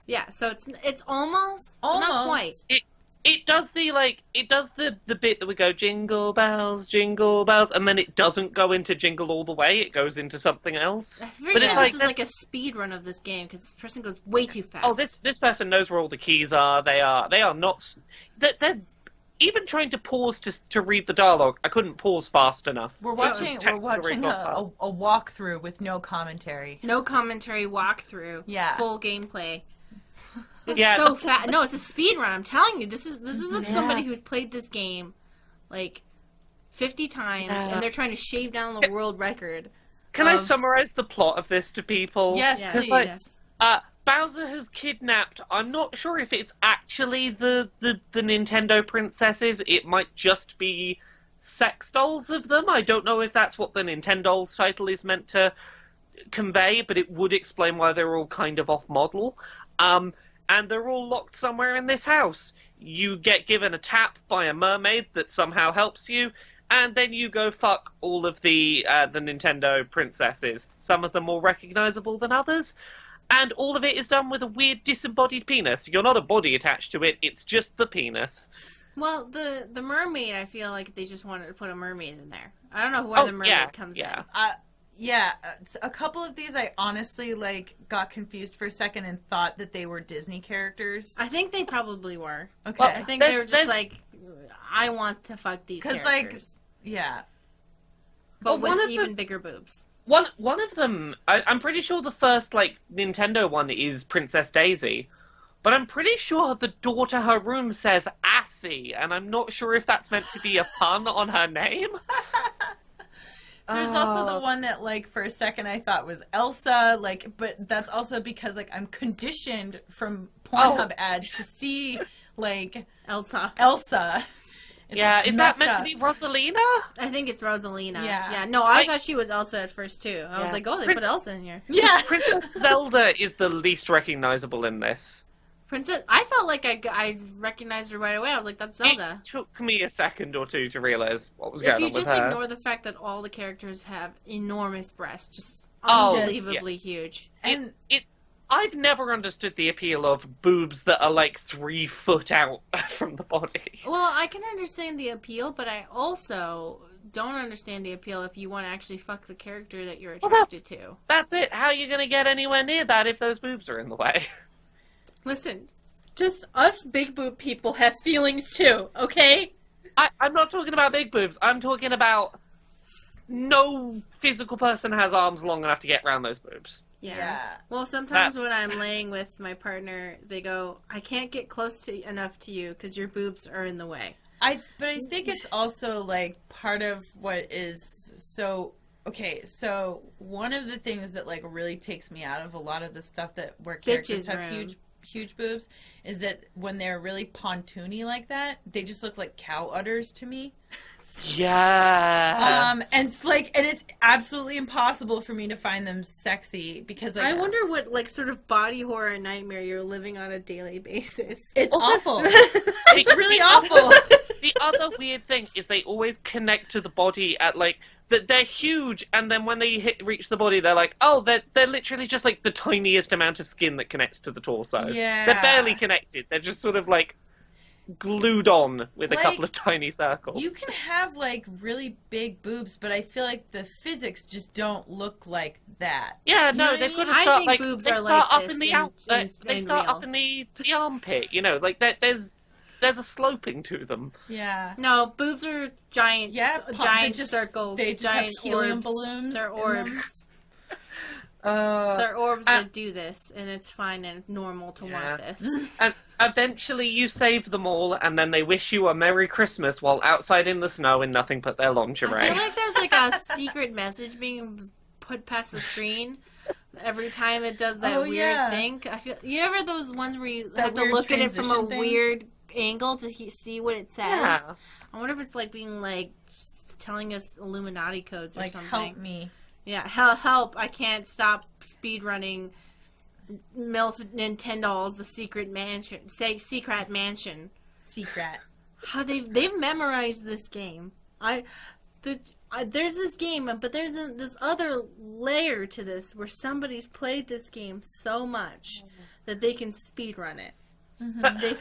[SPEAKER 1] Yeah, so it's it's almost, not
[SPEAKER 2] Almost.
[SPEAKER 1] quite.
[SPEAKER 3] It it does the like it does the the bit that we go Jingle Bells, Jingle Bells, and then it doesn't go into Jingle all the way. It goes into something else.
[SPEAKER 1] I'm pretty sure
[SPEAKER 3] But it's
[SPEAKER 1] this
[SPEAKER 3] like
[SPEAKER 1] is
[SPEAKER 3] that-
[SPEAKER 1] like a speed run of this game because this person goes way too fast.
[SPEAKER 3] Oh, this this person knows where all the keys are. They are they are not. s- They're, they're even trying to pause to s- to read the dialogue. I couldn't pause fast enough.
[SPEAKER 2] We're
[SPEAKER 3] It was
[SPEAKER 2] watching. We're
[SPEAKER 3] technically
[SPEAKER 2] watching a,
[SPEAKER 3] not fast.
[SPEAKER 2] a, a walkthrough with no commentary.
[SPEAKER 1] no commentary walkthrough.
[SPEAKER 2] Yeah.
[SPEAKER 1] full gameplay. It's
[SPEAKER 3] Yeah,
[SPEAKER 1] so
[SPEAKER 3] the-
[SPEAKER 1] fast. No, it's a speed run. I'm telling you, this is this is of somebody who's played this game like 50 times,
[SPEAKER 3] Yeah.
[SPEAKER 1] and they're trying to shave down the world record.
[SPEAKER 3] Can I
[SPEAKER 1] of-
[SPEAKER 3] summarize the plot of this to people?
[SPEAKER 2] Yes,
[SPEAKER 1] Yeah.
[SPEAKER 3] Because
[SPEAKER 2] please.
[SPEAKER 3] like uh, Bowser has kidnapped. I'm not sure if it's actually the, the the Nintendo princesses. It might just be sex dolls of them. I don't know if that's what the Nintendo's title is meant to convey, but it would explain why they're all kind of off model. Um, and they're all locked somewhere in this house. You get given a tap by a mermaid that somehow helps you, and then you go fuck all of the uh, the Nintendo princesses. Some of them more recognizable than others. And all of it is done with a weird disembodied penis. You're not a body attached to it, it's just the penis.
[SPEAKER 1] Well, the the mermaid, I feel like they just wanted to put a mermaid in there. I don't know where
[SPEAKER 3] Oh,
[SPEAKER 1] the mermaid
[SPEAKER 3] yeah,
[SPEAKER 1] comes
[SPEAKER 3] yeah.
[SPEAKER 1] in.
[SPEAKER 2] Uh, yeah, a couple of these I honestly like got confused for a second and thought that they were Disney characters.
[SPEAKER 1] I think they probably were.
[SPEAKER 2] okay,
[SPEAKER 3] Well,
[SPEAKER 1] I think
[SPEAKER 3] There-
[SPEAKER 1] they were just
[SPEAKER 3] there's-
[SPEAKER 1] like, I want to fuck these
[SPEAKER 2] 'Cause,
[SPEAKER 1] characters,
[SPEAKER 2] like, yeah,
[SPEAKER 1] but
[SPEAKER 3] Well, one
[SPEAKER 1] with
[SPEAKER 3] of
[SPEAKER 1] even
[SPEAKER 3] the-
[SPEAKER 1] bigger boobs.
[SPEAKER 3] One one of them, I, I'm pretty sure the first like Nintendo one is Princess Daisy, but I'm pretty sure the door to her room says Assy, and I'm not sure if that's meant to be a pun on her name.
[SPEAKER 2] There's also the
[SPEAKER 3] Oh.
[SPEAKER 2] one that like for a second I thought was Elsa, like but that's also because like I'm conditioned from
[SPEAKER 3] Oh.
[SPEAKER 2] Pornhub ads to see like
[SPEAKER 1] Elsa.
[SPEAKER 2] Elsa. It's
[SPEAKER 3] yeah, is that
[SPEAKER 2] messed
[SPEAKER 3] meant to
[SPEAKER 2] up.
[SPEAKER 3] be Rosalina?
[SPEAKER 1] I think it's Rosalina.
[SPEAKER 2] Yeah.
[SPEAKER 1] Yeah. No, I,
[SPEAKER 3] I-
[SPEAKER 1] thought she was Elsa at first too. I was
[SPEAKER 3] Yeah.
[SPEAKER 1] like, oh, they
[SPEAKER 3] Prin-
[SPEAKER 1] put Elsa in here.
[SPEAKER 2] Yeah.
[SPEAKER 3] Princess Zelda is the least recognizable in this.
[SPEAKER 1] Princess. I felt like I, I recognized her right away. I was like, that's Zelda.
[SPEAKER 3] It took me a second or two to realize what was
[SPEAKER 1] If
[SPEAKER 3] going
[SPEAKER 1] you
[SPEAKER 3] on with
[SPEAKER 1] just
[SPEAKER 3] her.
[SPEAKER 1] ignore the fact that all the characters have enormous breasts, just
[SPEAKER 3] Oh,
[SPEAKER 2] yes.
[SPEAKER 1] unbelievably huge.
[SPEAKER 2] and
[SPEAKER 3] it I've never understood the appeal of boobs that are like three foot out from the body.
[SPEAKER 1] Well, I can understand the appeal, but I also don't understand the appeal if you want to actually fuck the character that you're
[SPEAKER 3] Well, that's-
[SPEAKER 1] attracted to.
[SPEAKER 3] That's it. How are you gonna get anywhere near that if those boobs are in the way?
[SPEAKER 1] Listen, just us big boob people have feelings too, okay?
[SPEAKER 3] I, I'm not talking about big boobs. I'm talking about no physical person has arms long enough to get around those boobs.
[SPEAKER 1] Yeah.
[SPEAKER 2] Yeah.
[SPEAKER 1] Well, sometimes when I'm laying with my partner, they go, "I can't get close to enough to you because your boobs are in the way."
[SPEAKER 2] I but I think it's also like part of what is so okay, so one of the things that like really takes me out of a lot of the stuff that where characters
[SPEAKER 1] Bitches
[SPEAKER 2] have
[SPEAKER 1] room.
[SPEAKER 2] huge huge boobs is that when they're really pontoony like that, they just look like cow udders to me.
[SPEAKER 1] Uh,
[SPEAKER 3] Yeah.
[SPEAKER 2] Um and it's like and it's absolutely impossible for me to find them sexy because like,
[SPEAKER 1] I wonder what like sort of body horror nightmare you're living on a daily basis.
[SPEAKER 2] it's
[SPEAKER 3] Also-
[SPEAKER 2] awful.
[SPEAKER 3] The-
[SPEAKER 2] It's really
[SPEAKER 3] the-
[SPEAKER 2] awful.
[SPEAKER 3] the other weird thing is they always connect to the body at like that they're huge and then when they hit, reach the body they're like oh they're, they're literally just like the tiniest amount of skin that connects to the torso
[SPEAKER 2] Yeah.
[SPEAKER 3] they're barely connected they're just sort of like glued on with a couple
[SPEAKER 2] Like,
[SPEAKER 3] of tiny circles
[SPEAKER 2] You can have like really big boobs, but I feel like the physics just don't look like that.
[SPEAKER 3] yeah
[SPEAKER 2] you know
[SPEAKER 3] no
[SPEAKER 2] what I
[SPEAKER 3] they've got
[SPEAKER 2] mean?
[SPEAKER 3] to
[SPEAKER 1] I
[SPEAKER 3] start
[SPEAKER 1] think
[SPEAKER 3] like
[SPEAKER 1] boobs
[SPEAKER 3] they
[SPEAKER 1] are
[SPEAKER 3] start
[SPEAKER 1] like
[SPEAKER 3] up
[SPEAKER 1] this
[SPEAKER 3] in the
[SPEAKER 1] in-
[SPEAKER 3] out
[SPEAKER 1] in-
[SPEAKER 3] they
[SPEAKER 1] in
[SPEAKER 3] start
[SPEAKER 1] real.
[SPEAKER 3] up in the, the armpit you know like there, there's there's a sloping to them
[SPEAKER 2] Yeah.
[SPEAKER 1] No, boobs are giant,
[SPEAKER 2] Yeah,
[SPEAKER 1] s-
[SPEAKER 2] pop- they
[SPEAKER 1] giant
[SPEAKER 2] just-
[SPEAKER 1] circles.
[SPEAKER 2] they just have
[SPEAKER 1] giant
[SPEAKER 2] helium
[SPEAKER 1] orbs.
[SPEAKER 2] balloons
[SPEAKER 1] They're
[SPEAKER 2] in them.
[SPEAKER 1] orbs.
[SPEAKER 3] uh,
[SPEAKER 1] They're orbs
[SPEAKER 3] Uh,
[SPEAKER 1] that do this, and it's fine and normal to want
[SPEAKER 3] Yeah.
[SPEAKER 1] this.
[SPEAKER 3] And eventually you save them all, and then they wish you a Merry Christmas while outside in the snow in nothing but their
[SPEAKER 1] I
[SPEAKER 3] lingerie.
[SPEAKER 1] feel like there's like a secret message being put past the screen every time it does that
[SPEAKER 2] Oh,
[SPEAKER 1] weird
[SPEAKER 2] yeah.
[SPEAKER 1] thing. I feel you ever those ones where you
[SPEAKER 2] That
[SPEAKER 1] have to
[SPEAKER 2] weird
[SPEAKER 1] look at it from a
[SPEAKER 2] transition thing?
[SPEAKER 1] weird angle to he- see what it says.
[SPEAKER 3] Yeah.
[SPEAKER 1] I wonder if it's like being like s- telling us Illuminati codes or
[SPEAKER 2] Like
[SPEAKER 1] something.
[SPEAKER 2] help me.
[SPEAKER 1] Yeah, help! Help! I can't stop speed running. Milf Nintendo's the secret mansion. Say secret mansion.
[SPEAKER 2] Secret.
[SPEAKER 1] How they've they've memorized this game. I, the, I there's this game, but there's a, this other layer to this where somebody's played this game so much
[SPEAKER 2] Mm-hmm.
[SPEAKER 1] that they can speed run it. They've,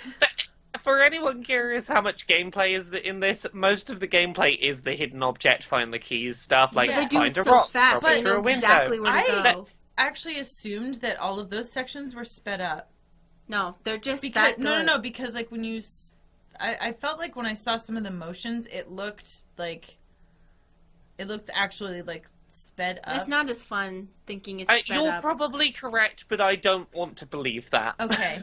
[SPEAKER 3] For anyone curious how much gameplay is th- in this, most of the gameplay is the hidden object, find the keys stuff, like
[SPEAKER 2] Yeah.
[SPEAKER 1] they do
[SPEAKER 3] find
[SPEAKER 1] it
[SPEAKER 3] a
[SPEAKER 1] so
[SPEAKER 3] rock,
[SPEAKER 1] fast.
[SPEAKER 3] drop
[SPEAKER 1] They
[SPEAKER 3] it through
[SPEAKER 1] know
[SPEAKER 3] a window.
[SPEAKER 1] exactly where to
[SPEAKER 2] I-
[SPEAKER 1] go.
[SPEAKER 2] Actually assumed that all of those sections were sped up.
[SPEAKER 1] No, they're just
[SPEAKER 2] Because
[SPEAKER 1] that
[SPEAKER 2] no no
[SPEAKER 1] good.
[SPEAKER 2] no, because like when you s- I, I felt like when I saw some of the motions it looked like it looked actually like sped up.
[SPEAKER 3] Um,
[SPEAKER 1] It's not as fun thinking it's
[SPEAKER 3] Uh,
[SPEAKER 1] sped
[SPEAKER 3] you're
[SPEAKER 1] up.
[SPEAKER 3] probably correct, but I don't want to believe that.
[SPEAKER 2] okay.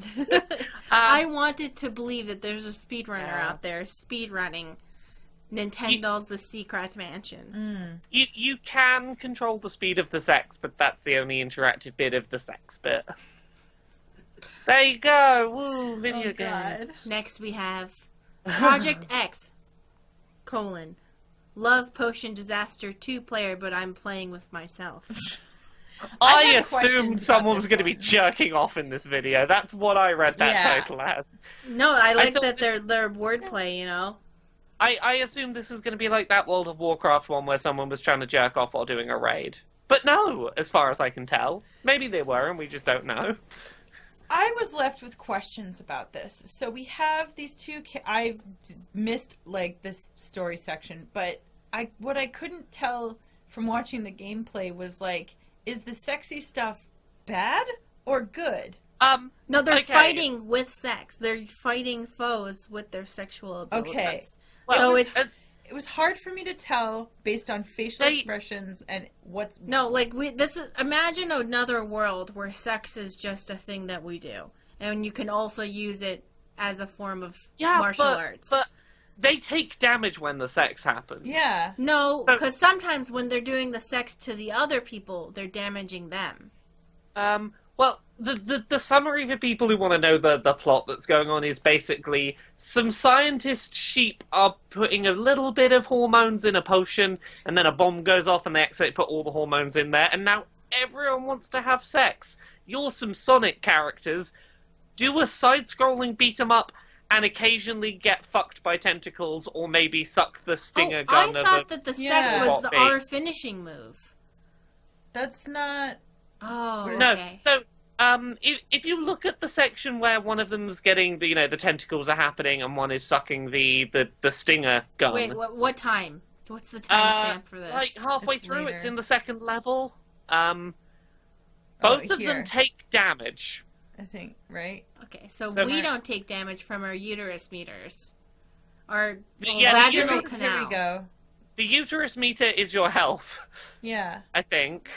[SPEAKER 1] I
[SPEAKER 3] Um,
[SPEAKER 1] wanted to believe that there's a speedrunner
[SPEAKER 3] Yeah.
[SPEAKER 1] out there speedrunning Nintendo's The Secret Mansion.
[SPEAKER 2] Mm.
[SPEAKER 3] you you can control the speed of the sex, but that's the only interactive bit of the sex bit. There you go. Woo,
[SPEAKER 1] Oh,
[SPEAKER 3] video
[SPEAKER 2] Oh, God.
[SPEAKER 3] games.
[SPEAKER 1] Next we have Project X colon Love Potion Disaster 2 player, but I'm playing with myself.
[SPEAKER 2] I
[SPEAKER 3] I,
[SPEAKER 2] have questions
[SPEAKER 3] assumed
[SPEAKER 2] about
[SPEAKER 3] someone's
[SPEAKER 2] this
[SPEAKER 3] going to be
[SPEAKER 2] one.
[SPEAKER 3] jerking off in this video. That's what I read that
[SPEAKER 2] Yeah.
[SPEAKER 3] title as.
[SPEAKER 1] No, I like
[SPEAKER 3] thought
[SPEAKER 1] that they're, they're wordplay, you know?
[SPEAKER 3] I, I assumed this was going to be like that World of Warcraft one where someone was trying to jerk off while doing a raid. But no, as far as I can tell. Maybe they were and we just don't know.
[SPEAKER 2] I was left with questions about this. So we have these two. Ca- I've d- missed like this story section, but I what I couldn't tell from watching the gameplay was like, is the sexy stuff bad or good?
[SPEAKER 3] Um,
[SPEAKER 1] No, they're
[SPEAKER 3] Okay.
[SPEAKER 1] fighting with sex. They're fighting foes with their sexual abilities.
[SPEAKER 2] Okay.
[SPEAKER 3] well, uh,
[SPEAKER 1] so
[SPEAKER 2] was-
[SPEAKER 1] it's
[SPEAKER 2] It was hard for me to tell based on facial
[SPEAKER 3] They-
[SPEAKER 2] expressions and what's
[SPEAKER 1] no like we. This is imagine another world where sex is just a thing that we do, and you can also use it as a form of
[SPEAKER 3] Yeah,
[SPEAKER 1] martial
[SPEAKER 3] but-
[SPEAKER 1] arts.
[SPEAKER 3] but- they take damage when the sex happens.
[SPEAKER 2] Yeah.
[SPEAKER 1] no,
[SPEAKER 3] So-
[SPEAKER 1] because sometimes when they're doing the sex to the other people, they're damaging them.
[SPEAKER 3] Um, well, the, the, the summary for people who want to know the, the plot that's going on is basically some scientist sheep are putting a little bit of hormones in a potion, and then a bomb goes off, and they accidentally put all the hormones in there, and now everyone wants to have sex. You're some Sonic characters. Do a side scrolling beat 'em up. And occasionally get fucked by tentacles, or maybe suck the stinger
[SPEAKER 1] Oh,
[SPEAKER 3] gun
[SPEAKER 1] I
[SPEAKER 3] of
[SPEAKER 1] thought
[SPEAKER 3] a
[SPEAKER 1] that the sex
[SPEAKER 2] Yeah.
[SPEAKER 1] was the
[SPEAKER 3] Bait.
[SPEAKER 1] our finishing move.
[SPEAKER 2] That's not
[SPEAKER 1] Oh,
[SPEAKER 3] No,
[SPEAKER 1] okay.
[SPEAKER 3] so um, if, if you look at the section where one of them's getting the, you know, the tentacles are happening and one is sucking the, the, the stinger gun.
[SPEAKER 1] Wait, what, what time? What's the timestamp for this?
[SPEAKER 3] like halfway
[SPEAKER 2] It's
[SPEAKER 3] through,
[SPEAKER 2] later.
[SPEAKER 3] it's in the second level. Um,
[SPEAKER 2] Oh,
[SPEAKER 3] both of
[SPEAKER 2] here.
[SPEAKER 3] them take damage.
[SPEAKER 2] I think, right?
[SPEAKER 1] Okay, so,
[SPEAKER 3] So
[SPEAKER 1] we
[SPEAKER 3] my-
[SPEAKER 1] don't take damage from our uterus meters. Our
[SPEAKER 3] Yeah, the
[SPEAKER 1] vaginal
[SPEAKER 3] uterus-
[SPEAKER 1] canal.
[SPEAKER 2] Here we go.
[SPEAKER 3] The uterus meter is your health,
[SPEAKER 2] Yeah.
[SPEAKER 3] I think.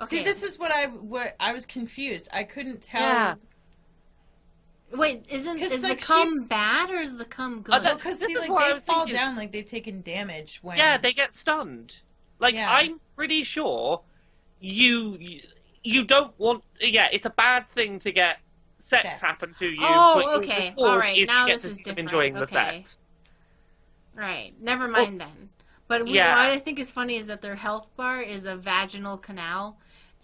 [SPEAKER 1] Okay.
[SPEAKER 2] See, this is what I what I was confused. I couldn't tell.
[SPEAKER 3] Yeah.
[SPEAKER 1] Wait, isn't
[SPEAKER 2] 'Cause,
[SPEAKER 1] is
[SPEAKER 2] like,
[SPEAKER 1] the
[SPEAKER 2] she-
[SPEAKER 1] cum bad or is the cum good?
[SPEAKER 3] Oh, that-
[SPEAKER 2] Well, because
[SPEAKER 3] This
[SPEAKER 2] see,
[SPEAKER 3] is
[SPEAKER 2] like
[SPEAKER 3] what I
[SPEAKER 2] they
[SPEAKER 3] was
[SPEAKER 2] fall
[SPEAKER 3] thinking.
[SPEAKER 2] down, like they've taken damage when.
[SPEAKER 3] Yeah, they get stunned. Like
[SPEAKER 2] Yeah.
[SPEAKER 3] I'm pretty sure you you don't want. Yeah, it's a bad thing to get sex,
[SPEAKER 2] Sex.
[SPEAKER 3] happen to you.
[SPEAKER 1] Oh,
[SPEAKER 3] but
[SPEAKER 1] okay.
[SPEAKER 3] the reward
[SPEAKER 1] Alright,
[SPEAKER 3] is you
[SPEAKER 1] now
[SPEAKER 3] get
[SPEAKER 1] this
[SPEAKER 3] to
[SPEAKER 1] is
[SPEAKER 3] keep
[SPEAKER 1] different.
[SPEAKER 3] Enjoying the
[SPEAKER 1] Okay.
[SPEAKER 3] sex.
[SPEAKER 1] right. Never mind then. But we,
[SPEAKER 3] Oh. Yeah.
[SPEAKER 1] what I think is funny is that their health bar is a vaginal canal.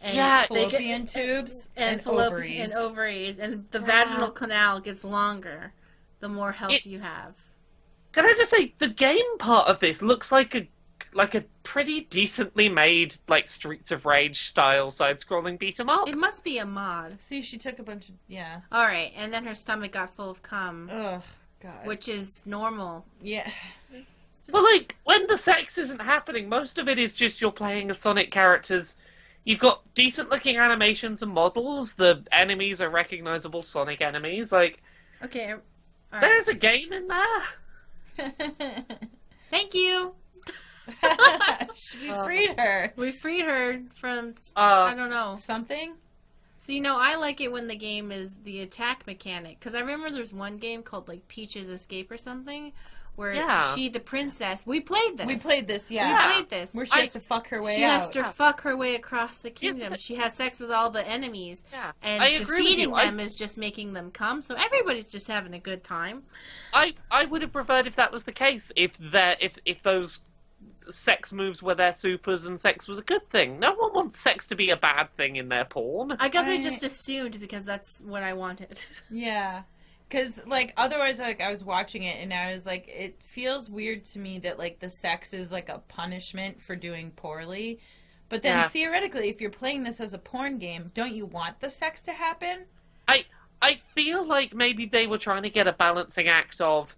[SPEAKER 1] And
[SPEAKER 3] Yeah,
[SPEAKER 1] they get-
[SPEAKER 2] fallopian tubes
[SPEAKER 1] and,
[SPEAKER 2] and,
[SPEAKER 1] fallop-
[SPEAKER 2] ovaries.
[SPEAKER 1] and ovaries, and the
[SPEAKER 3] Yeah.
[SPEAKER 1] vaginal canal gets longer the more health you
[SPEAKER 3] It's-
[SPEAKER 1] have.
[SPEAKER 3] Can I just say the game part of this looks like a like a pretty decently made like Streets of Rage style side-scrolling beat 'em up.
[SPEAKER 1] It must be a mod.
[SPEAKER 2] see, she took a bunch of yeah.
[SPEAKER 1] All right, and then her stomach got full of
[SPEAKER 3] Oh,
[SPEAKER 1] cum,
[SPEAKER 2] Ugh, God.
[SPEAKER 1] which is normal.
[SPEAKER 2] yeah.
[SPEAKER 3] Well, like when the sex isn't happening, most of it is just you're playing as Sonic characters. You've got decent looking animations and models. The enemies are recognizable Sonic enemies. Like
[SPEAKER 1] Okay. er, All right.
[SPEAKER 3] there's a game in there.
[SPEAKER 1] Thank you.
[SPEAKER 2] Should we freed her?
[SPEAKER 1] We freed her from. s- I
[SPEAKER 3] Uh,
[SPEAKER 1] don't know.
[SPEAKER 2] Something?
[SPEAKER 1] So you know, I like it when the game is the attack mechanic because I remember there's one game called like Peach's Escape or something, where
[SPEAKER 3] Yeah.
[SPEAKER 1] she, the princess, we played this.
[SPEAKER 2] We played this, yeah.
[SPEAKER 1] We played this.
[SPEAKER 2] Where she has to fuck her way
[SPEAKER 1] she
[SPEAKER 2] out.
[SPEAKER 1] has to fuck her way across the kingdom.
[SPEAKER 3] but-
[SPEAKER 1] She has sex with all the enemies,
[SPEAKER 3] yeah.
[SPEAKER 1] and
[SPEAKER 3] I agree with
[SPEAKER 1] defeating
[SPEAKER 3] you. I-
[SPEAKER 1] them is just making them come. So everybody's just having a good time.
[SPEAKER 3] I I would have preferred if that was the case. If there if if those sex moves were their supers and sex was a good thing. No one wants sex to be a bad thing in their porn.
[SPEAKER 1] I guess I
[SPEAKER 2] Right.
[SPEAKER 1] just assumed because that's what I wanted.
[SPEAKER 2] Yeah. Cause like otherwise like I was watching it and I was like it feels weird to me that like the sex is like a punishment for doing poorly. But then
[SPEAKER 3] Yeah.
[SPEAKER 2] theoretically if you're playing this as a porn game, don't you want the sex to happen?
[SPEAKER 3] I feel like maybe they were trying to get a balancing act of,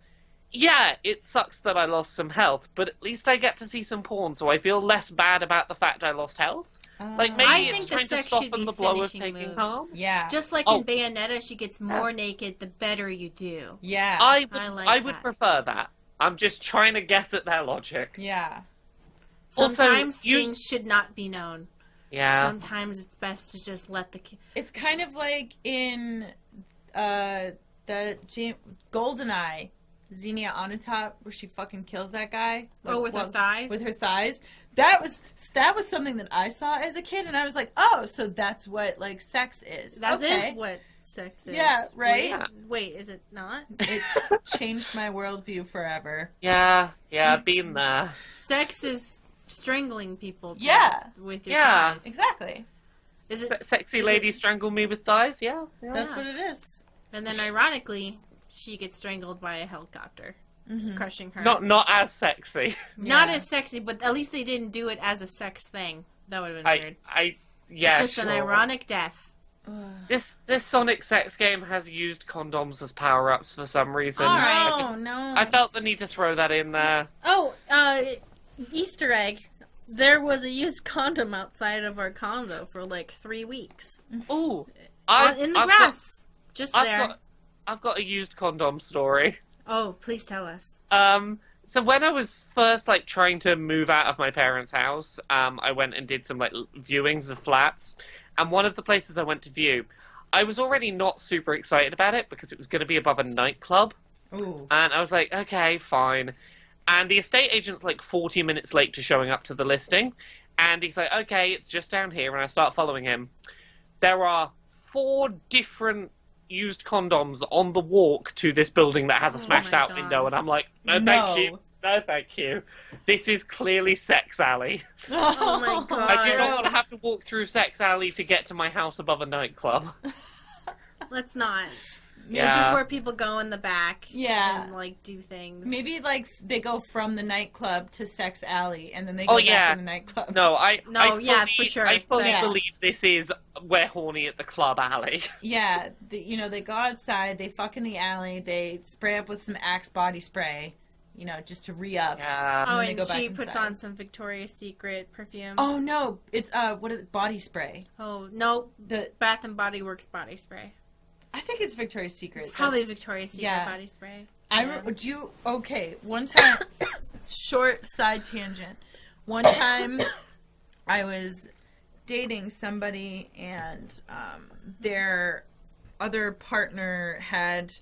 [SPEAKER 3] yeah, it sucks that I lost some health, but at least I get to see some porn, so I feel less bad about the fact I lost health. Like
[SPEAKER 2] Uh,
[SPEAKER 3] maybe
[SPEAKER 1] I
[SPEAKER 3] it's
[SPEAKER 1] think the
[SPEAKER 3] trying to
[SPEAKER 1] sex should be
[SPEAKER 3] soften the blow of
[SPEAKER 1] finishing moves.
[SPEAKER 3] taking harm.
[SPEAKER 2] Yeah.
[SPEAKER 1] Just like
[SPEAKER 3] Oh.
[SPEAKER 1] in Bayonetta, she gets more naked the better you do.
[SPEAKER 2] yeah.
[SPEAKER 3] I would,
[SPEAKER 1] I
[SPEAKER 3] I,
[SPEAKER 1] like
[SPEAKER 3] would
[SPEAKER 1] that.
[SPEAKER 3] prefer that. I'm just trying to guess at their logic.
[SPEAKER 2] yeah.
[SPEAKER 3] Also,
[SPEAKER 1] Sometimes
[SPEAKER 3] you-
[SPEAKER 1] things should not be known.
[SPEAKER 3] Yeah.
[SPEAKER 1] Sometimes it's best to just let the ki-
[SPEAKER 2] It's kind of like in uh the Jam- Goldeneye Xenia Onatopp where she fucking kills that guy.
[SPEAKER 1] Oh, with her
[SPEAKER 2] well,
[SPEAKER 1] thighs?
[SPEAKER 2] With her thighs. That was that was something that I saw as a kid, and I was like, oh, so that's what like sex is.
[SPEAKER 1] That is
[SPEAKER 2] okay.
[SPEAKER 1] what sex is.
[SPEAKER 2] Yeah, right?
[SPEAKER 1] Wait, wait, is it not?
[SPEAKER 2] it's changed my worldview forever.
[SPEAKER 3] Yeah, yeah, been there.
[SPEAKER 1] Sex is strangling people. to-
[SPEAKER 2] Yeah.
[SPEAKER 1] with your
[SPEAKER 3] Yeah.
[SPEAKER 1] thighs.
[SPEAKER 2] Exactly.
[SPEAKER 1] Is
[SPEAKER 3] Se-
[SPEAKER 1] it?
[SPEAKER 3] sexy
[SPEAKER 1] Is
[SPEAKER 3] lady
[SPEAKER 1] it-
[SPEAKER 3] strangle me with thighs. Yeah, yeah.
[SPEAKER 2] That's
[SPEAKER 1] Yeah.
[SPEAKER 2] what it is.
[SPEAKER 1] And then ironically, she gets strangled by a helicopter,
[SPEAKER 2] Mhm.
[SPEAKER 1] crushing her.
[SPEAKER 3] not not as sexy.
[SPEAKER 1] Mm-hmm. Not
[SPEAKER 2] Yeah.
[SPEAKER 1] as sexy, but at least they didn't do it as a sex thing. That would have been
[SPEAKER 3] I
[SPEAKER 1] weird.
[SPEAKER 3] I yeah.
[SPEAKER 1] it's just an
[SPEAKER 3] sure.
[SPEAKER 1] ironic death.
[SPEAKER 2] Ugh.
[SPEAKER 3] This this Sonic sex game has used condoms as power ups for some reason.
[SPEAKER 1] All right.
[SPEAKER 3] I, just-
[SPEAKER 2] Oh no!
[SPEAKER 3] I felt the need to throw that in there.
[SPEAKER 1] Oh, uh, Easter egg. There was a used condom outside of our condo for like three weeks
[SPEAKER 3] Ooh, I,
[SPEAKER 1] On- in the
[SPEAKER 3] I've got-
[SPEAKER 1] grass, just
[SPEAKER 3] I've
[SPEAKER 1] there.
[SPEAKER 3] got I've got a used condom story.
[SPEAKER 1] Oh, please tell us.
[SPEAKER 3] Um, so when I was first like trying to move out of my parents' house, um, I went and did some like l- viewings of flats, and one of the places I went to view, I was already not super excited about it because it was going to be above a nightclub,
[SPEAKER 2] Ooh.
[SPEAKER 3] and I was like, okay, fine. And the estate agent's like 40 minutes late to showing up to the listing, and he's like, okay, it's just down here, and I start following him. There are four different used condoms on the walk to this building that has
[SPEAKER 1] Oh
[SPEAKER 3] a
[SPEAKER 1] my
[SPEAKER 3] smashed out
[SPEAKER 1] God.
[SPEAKER 3] window, and I'm like, no,
[SPEAKER 2] No.
[SPEAKER 3] thank you. No, thank you. This is clearly Sex Alley.
[SPEAKER 1] Oh my God.
[SPEAKER 3] I do not
[SPEAKER 1] Gross.
[SPEAKER 3] want to have to walk through Sex Alley to get to my house above a nightclub.
[SPEAKER 1] Let's not. This is
[SPEAKER 3] Yeah.
[SPEAKER 1] where people go in the back.
[SPEAKER 2] Yeah.
[SPEAKER 1] And like do things.
[SPEAKER 2] Maybe like f- they go from the nightclub to Sex Alley, and then they go
[SPEAKER 3] Oh,
[SPEAKER 2] back
[SPEAKER 3] yeah.
[SPEAKER 2] in the nightclub.
[SPEAKER 3] No, I
[SPEAKER 1] No,
[SPEAKER 3] I fully,
[SPEAKER 1] yeah, for sure.
[SPEAKER 3] I fully
[SPEAKER 2] Yes.
[SPEAKER 3] believe this is we're horny at the club alley.
[SPEAKER 2] Yeah, the, you know they go outside, they fuck in the alley, they spray up with some Axe body spray, you know, just to re up.
[SPEAKER 3] Yeah.
[SPEAKER 1] Oh,
[SPEAKER 2] and they
[SPEAKER 1] and
[SPEAKER 2] go back
[SPEAKER 1] she puts
[SPEAKER 2] inside.
[SPEAKER 1] on some Victoria's Secret perfume.
[SPEAKER 2] Oh no, it's uh, what is it? Body spray.
[SPEAKER 1] Oh, no,
[SPEAKER 2] The
[SPEAKER 1] Bath and Body Works body spray.
[SPEAKER 2] I think it's Victoria's Secret.
[SPEAKER 1] It's probably
[SPEAKER 2] That's-
[SPEAKER 1] Victoria's Secret
[SPEAKER 2] yeah.
[SPEAKER 1] body spray.
[SPEAKER 2] I
[SPEAKER 1] Yeah.
[SPEAKER 2] re- do you okay? One time, short side tangent. One time, I was dating somebody, and um, their other partner had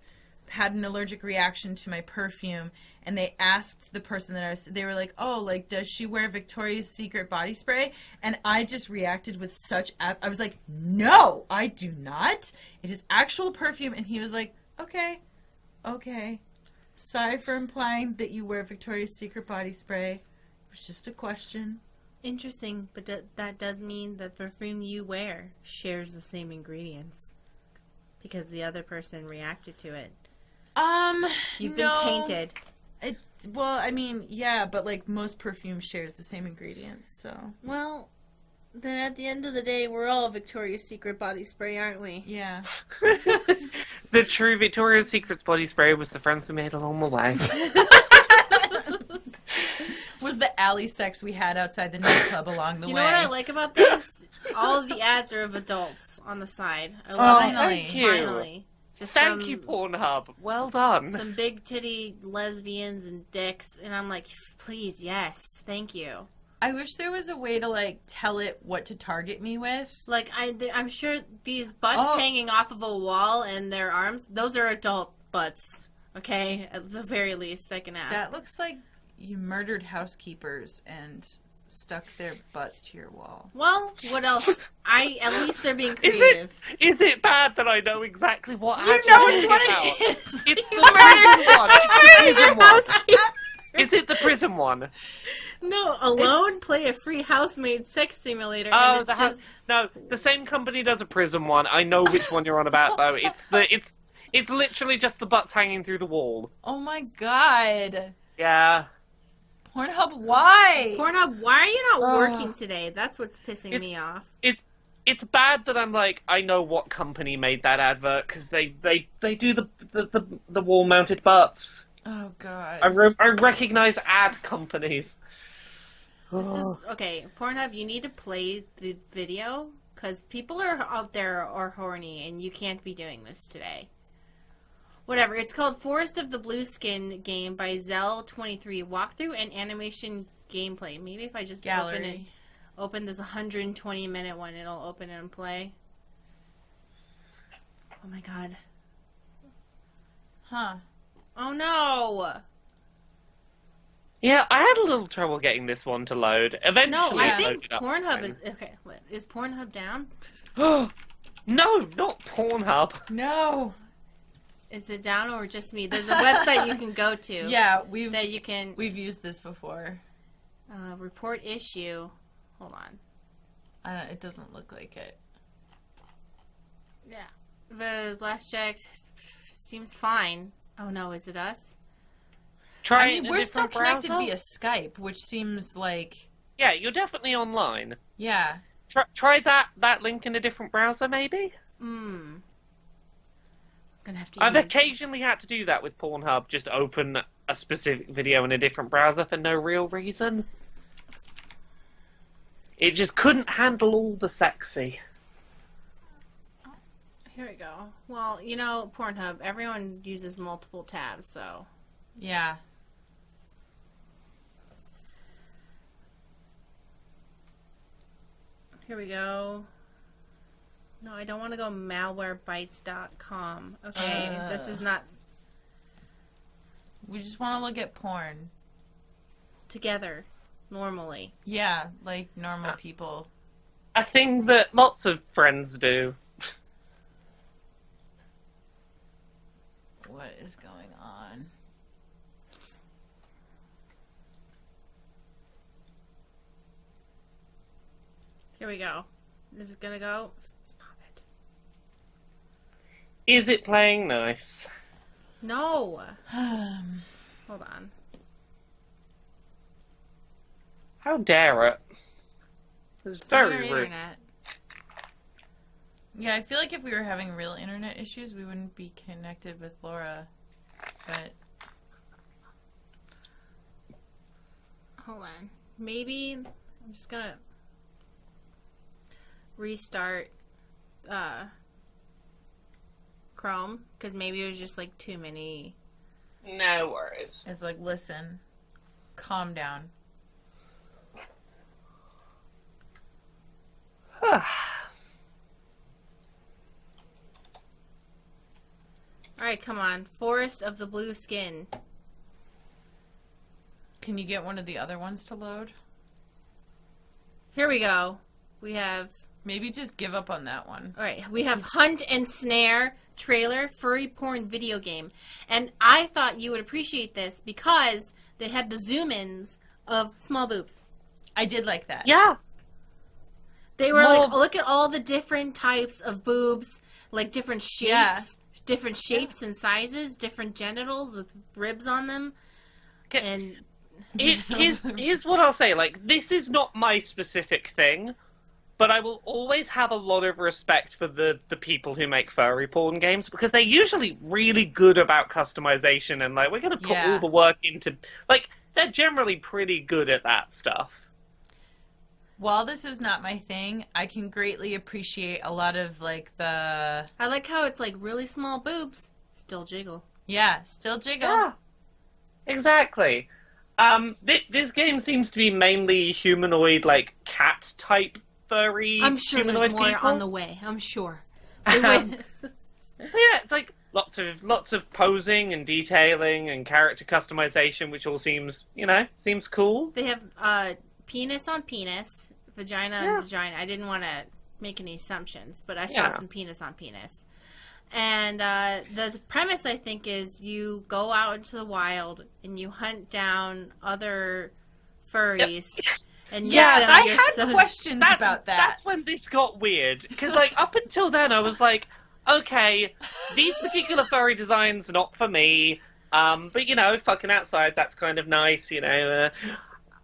[SPEAKER 2] had an allergic reaction to my perfume, and they asked the person that I was. They were like, "Oh, like does she wear Victoria's Secret body spray?" And I just reacted with such. ab- I was like, "No, I do not. It is actual perfume." And he was like, "Okay." Okay. Sorry for implying that you wear Victoria's Secret body spray. It was just a question.
[SPEAKER 1] Interesting, but th- that does mean the perfume you wear shares the same ingredients because the other person reacted to it.
[SPEAKER 2] Um,
[SPEAKER 1] You've
[SPEAKER 2] no.
[SPEAKER 1] been tainted.
[SPEAKER 2] It, well, I mean, yeah, but like most perfume shares the same ingredients, so
[SPEAKER 1] Well, then at the end of the day, we're all Victoria's Secret body spray, aren't we?
[SPEAKER 2] yeah.
[SPEAKER 3] The true Victoria's Secret's body spray was the friends we made along the way.
[SPEAKER 2] Was the alley sex we had outside the nightclub along the
[SPEAKER 1] You
[SPEAKER 2] way?
[SPEAKER 1] know what I like about this? All of the ads are of adults on the side. I love
[SPEAKER 2] Oh,
[SPEAKER 1] it.
[SPEAKER 2] Finally.
[SPEAKER 3] thank you.
[SPEAKER 1] Finally. Just
[SPEAKER 3] Thank
[SPEAKER 1] some-
[SPEAKER 3] you, Pornhub. Well done.
[SPEAKER 1] some big titty lesbians and dicks, and I'm like, please, yes, thank you.
[SPEAKER 2] I wish there was a way to like tell it what to target me with.
[SPEAKER 1] Like I, th- I'm sure these butts
[SPEAKER 2] Oh.
[SPEAKER 1] hanging off of a wall and their arms, those are adult butts. Okay, at the very least, I can ask.
[SPEAKER 2] That looks like you murdered housekeepers and stuck their butts to your wall.
[SPEAKER 1] well, what else? I at least they're being
[SPEAKER 3] Is it-
[SPEAKER 1] creative.
[SPEAKER 3] Is it bad that I know exactly what ad
[SPEAKER 2] know
[SPEAKER 3] you're
[SPEAKER 2] which
[SPEAKER 3] talking
[SPEAKER 2] one
[SPEAKER 3] about?
[SPEAKER 2] it is.
[SPEAKER 3] It's the prison one. It's the prison one. Is it the prison one?
[SPEAKER 1] No, alone play a free housemaid sex simulator. and
[SPEAKER 3] Oh,
[SPEAKER 1] it's
[SPEAKER 3] the
[SPEAKER 1] just,
[SPEAKER 3] house. No, the same company does a prison one. I know which one you're on about though. It's the it's it's literally just the butts hanging through the wall.
[SPEAKER 2] Oh my god.
[SPEAKER 3] Yeah.
[SPEAKER 2] Pornhub, why?
[SPEAKER 1] Pornhub, why are you not
[SPEAKER 3] Ugh.
[SPEAKER 1] working today? That's what's pissing
[SPEAKER 3] It's-
[SPEAKER 1] me off.
[SPEAKER 3] it's bad that I'm like I know what company made that advert because they, they, they do the the, the, the wall mounted butts.
[SPEAKER 2] oh god.
[SPEAKER 3] I re- I recognize ad companies.
[SPEAKER 1] This is
[SPEAKER 3] Oh.
[SPEAKER 1] okay, Pornhub. You need to play the video because people are out there are horny, and you can't be doing this today. Whatever. It's called Forest of the Blue Skin Game by Zell23 Walkthrough and Animation Gameplay. Maybe if I just open it,
[SPEAKER 2] gallery.
[SPEAKER 1] open this 120 minute one, it'll open it and play. Oh my god.
[SPEAKER 2] Huh.
[SPEAKER 1] Oh no.
[SPEAKER 3] Yeah, I had a little trouble getting this one to load. Eventually,
[SPEAKER 1] No,
[SPEAKER 3] it
[SPEAKER 1] I think
[SPEAKER 3] loaded up
[SPEAKER 1] Pornhub
[SPEAKER 3] fine.
[SPEAKER 1] is okay. What is Pornhub down?
[SPEAKER 3] no, not Pornhub.
[SPEAKER 2] No.
[SPEAKER 1] Is it down or just me? There's a website you can go to
[SPEAKER 2] Yeah, we've
[SPEAKER 1] that you can
[SPEAKER 2] we've used this before.
[SPEAKER 1] uh, report issue. Hold on.
[SPEAKER 2] Uh, it doesn't look like it.
[SPEAKER 1] Yeah. The last check seems fine. Oh no, is it us?
[SPEAKER 3] Try
[SPEAKER 2] I
[SPEAKER 3] it
[SPEAKER 2] mean,
[SPEAKER 3] in a
[SPEAKER 2] we're still
[SPEAKER 3] different browser.
[SPEAKER 2] connected via Skype, which seems like
[SPEAKER 3] Yeah, you're definitely online.
[SPEAKER 2] yeah.
[SPEAKER 3] Try, try that that link in a different browser, maybe.
[SPEAKER 1] Hmm. I'm gonna have to.
[SPEAKER 3] I've
[SPEAKER 1] use-
[SPEAKER 3] occasionally had to do that with Pornhub, just open a specific video in a different browser for no real reason. It just couldn't handle all the sexy.
[SPEAKER 1] Here we go. Well, you know, Pornhub. Everyone uses multiple tabs, so
[SPEAKER 2] Yeah.
[SPEAKER 1] here we go. No, I don't want to go malwarebytes.com. Okay,
[SPEAKER 2] Uh.
[SPEAKER 1] this is not
[SPEAKER 2] We just want to look at porn.
[SPEAKER 1] together normally.
[SPEAKER 2] Yeah, like normal
[SPEAKER 3] Ah.
[SPEAKER 2] people.
[SPEAKER 3] A thing that lots of friends do.
[SPEAKER 2] What is going on?
[SPEAKER 1] Here we go. This is gonna go. Stop it.
[SPEAKER 3] Is it playing nice?
[SPEAKER 1] No.
[SPEAKER 2] Um,
[SPEAKER 1] Hold on.
[SPEAKER 3] How dare it? It's
[SPEAKER 1] Not our
[SPEAKER 3] very rude.
[SPEAKER 1] internet.
[SPEAKER 2] yeah, I feel like if we were having real internet issues, we wouldn't be connected with Laura. But
[SPEAKER 1] Hold on. Maybe I'm just gonna restart uh, Chrome because maybe it was just like too many.
[SPEAKER 3] No worries.
[SPEAKER 2] it's like, listen, calm down.
[SPEAKER 1] All right, come on. Forest of the Blue Skin.
[SPEAKER 2] Can you get one of the other ones to load?
[SPEAKER 1] Here we go. We have
[SPEAKER 2] Maybe just give up on that one.
[SPEAKER 1] all right. We have Hunt and Snare trailer furry porn video game, and I thought you would appreciate this because they had the zoom ins of small boobs.
[SPEAKER 2] I did like that.
[SPEAKER 3] yeah,
[SPEAKER 1] They were
[SPEAKER 3] More-
[SPEAKER 1] like, look at all the different types of boobs, like different shapes,
[SPEAKER 2] Yeah.
[SPEAKER 1] different shapes and sizes, different genitals with ribs on them,
[SPEAKER 3] Ca-
[SPEAKER 1] and
[SPEAKER 3] Here- here's, here's what I'll say. Like, this is not my specific thing, but I will always have a lot of respect for the, the people who make furry porn games because they're usually really good about customization and, like, we're going to put
[SPEAKER 2] Yeah.
[SPEAKER 3] all the work into. Like, they're generally pretty good at that stuff.
[SPEAKER 2] While this is not my thing, I can greatly appreciate a lot of like the
[SPEAKER 1] I like how it's like really small boobs still jiggle.
[SPEAKER 2] yeah, still jiggle.
[SPEAKER 3] Yeah, exactly. Um, thi- this game seems to be mainly humanoid, like, cat type furry.
[SPEAKER 1] I'm sure there's
[SPEAKER 3] humanoid
[SPEAKER 1] more
[SPEAKER 3] people.
[SPEAKER 1] on the way. I'm sure.
[SPEAKER 3] Um, yeah, it's like lots of lots of posing and detailing and character customization, which all seems you know seems cool.
[SPEAKER 1] they have uh, penis on penis, vagina
[SPEAKER 3] Yeah.
[SPEAKER 1] on vagina. I didn't want to make any assumptions, but I saw
[SPEAKER 3] Yeah.
[SPEAKER 1] some penis on penis. And uh, the premise, I think, is you go out into the wild and you hunt down other furries. And you
[SPEAKER 2] Yeah,
[SPEAKER 1] kill
[SPEAKER 2] I
[SPEAKER 1] your
[SPEAKER 2] had
[SPEAKER 1] son.
[SPEAKER 2] questions
[SPEAKER 3] That's-
[SPEAKER 2] about that.
[SPEAKER 3] That's when this got weird because like up until then I was like, okay, these particular furry designs not for me. Um, but you know, fucking outside, that's kind of nice, you know. Uh,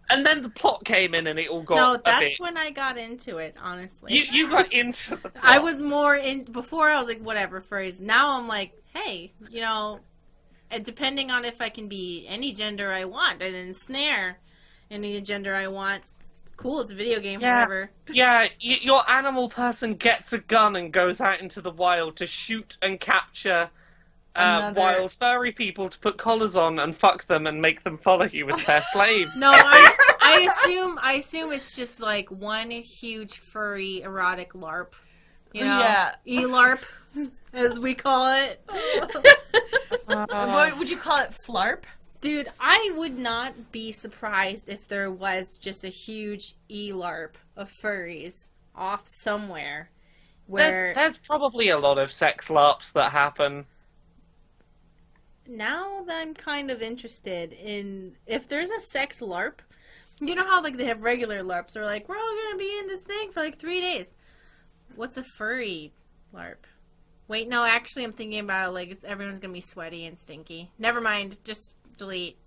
[SPEAKER 3] and then the plot came in and it all got
[SPEAKER 1] No,
[SPEAKER 3] a bit.
[SPEAKER 1] that's when I got into it. Honestly,
[SPEAKER 3] You you got into the plot.
[SPEAKER 1] I was more in before. I was like, whatever furries. Now I'm like, hey, you know, and depending on if I can be any gender I want and ensnare any gender I want, it's cool. It's a video game,
[SPEAKER 3] Yeah.
[SPEAKER 1] whatever.
[SPEAKER 3] Yeah, y- your animal person gets a gun and goes out into the wild to shoot and capture uh,
[SPEAKER 2] Another-
[SPEAKER 3] wild furry people to put collars on and fuck them and make them follow you as their slaves.
[SPEAKER 1] No, I, I assume I assume it's just like one huge furry erotic LARP. You know,
[SPEAKER 2] Yeah.
[SPEAKER 1] e LARP. as we call it. Uh,
[SPEAKER 2] what would you call it? Flarp?
[SPEAKER 1] Dude, I would not be surprised if there was just a huge elarp of furries off somewhere where
[SPEAKER 3] There's, there's probably a lot of sex larps that happen.
[SPEAKER 1] now that I'm kind of interested in if there's a sex LARP. You know how like they have regular LARPs are like, we're all gonna be in this thing for like three days. What's a furry LARP? Wait, no, actually I'm thinking about like it's everyone's gonna be sweaty and stinky. Never mind, just delete.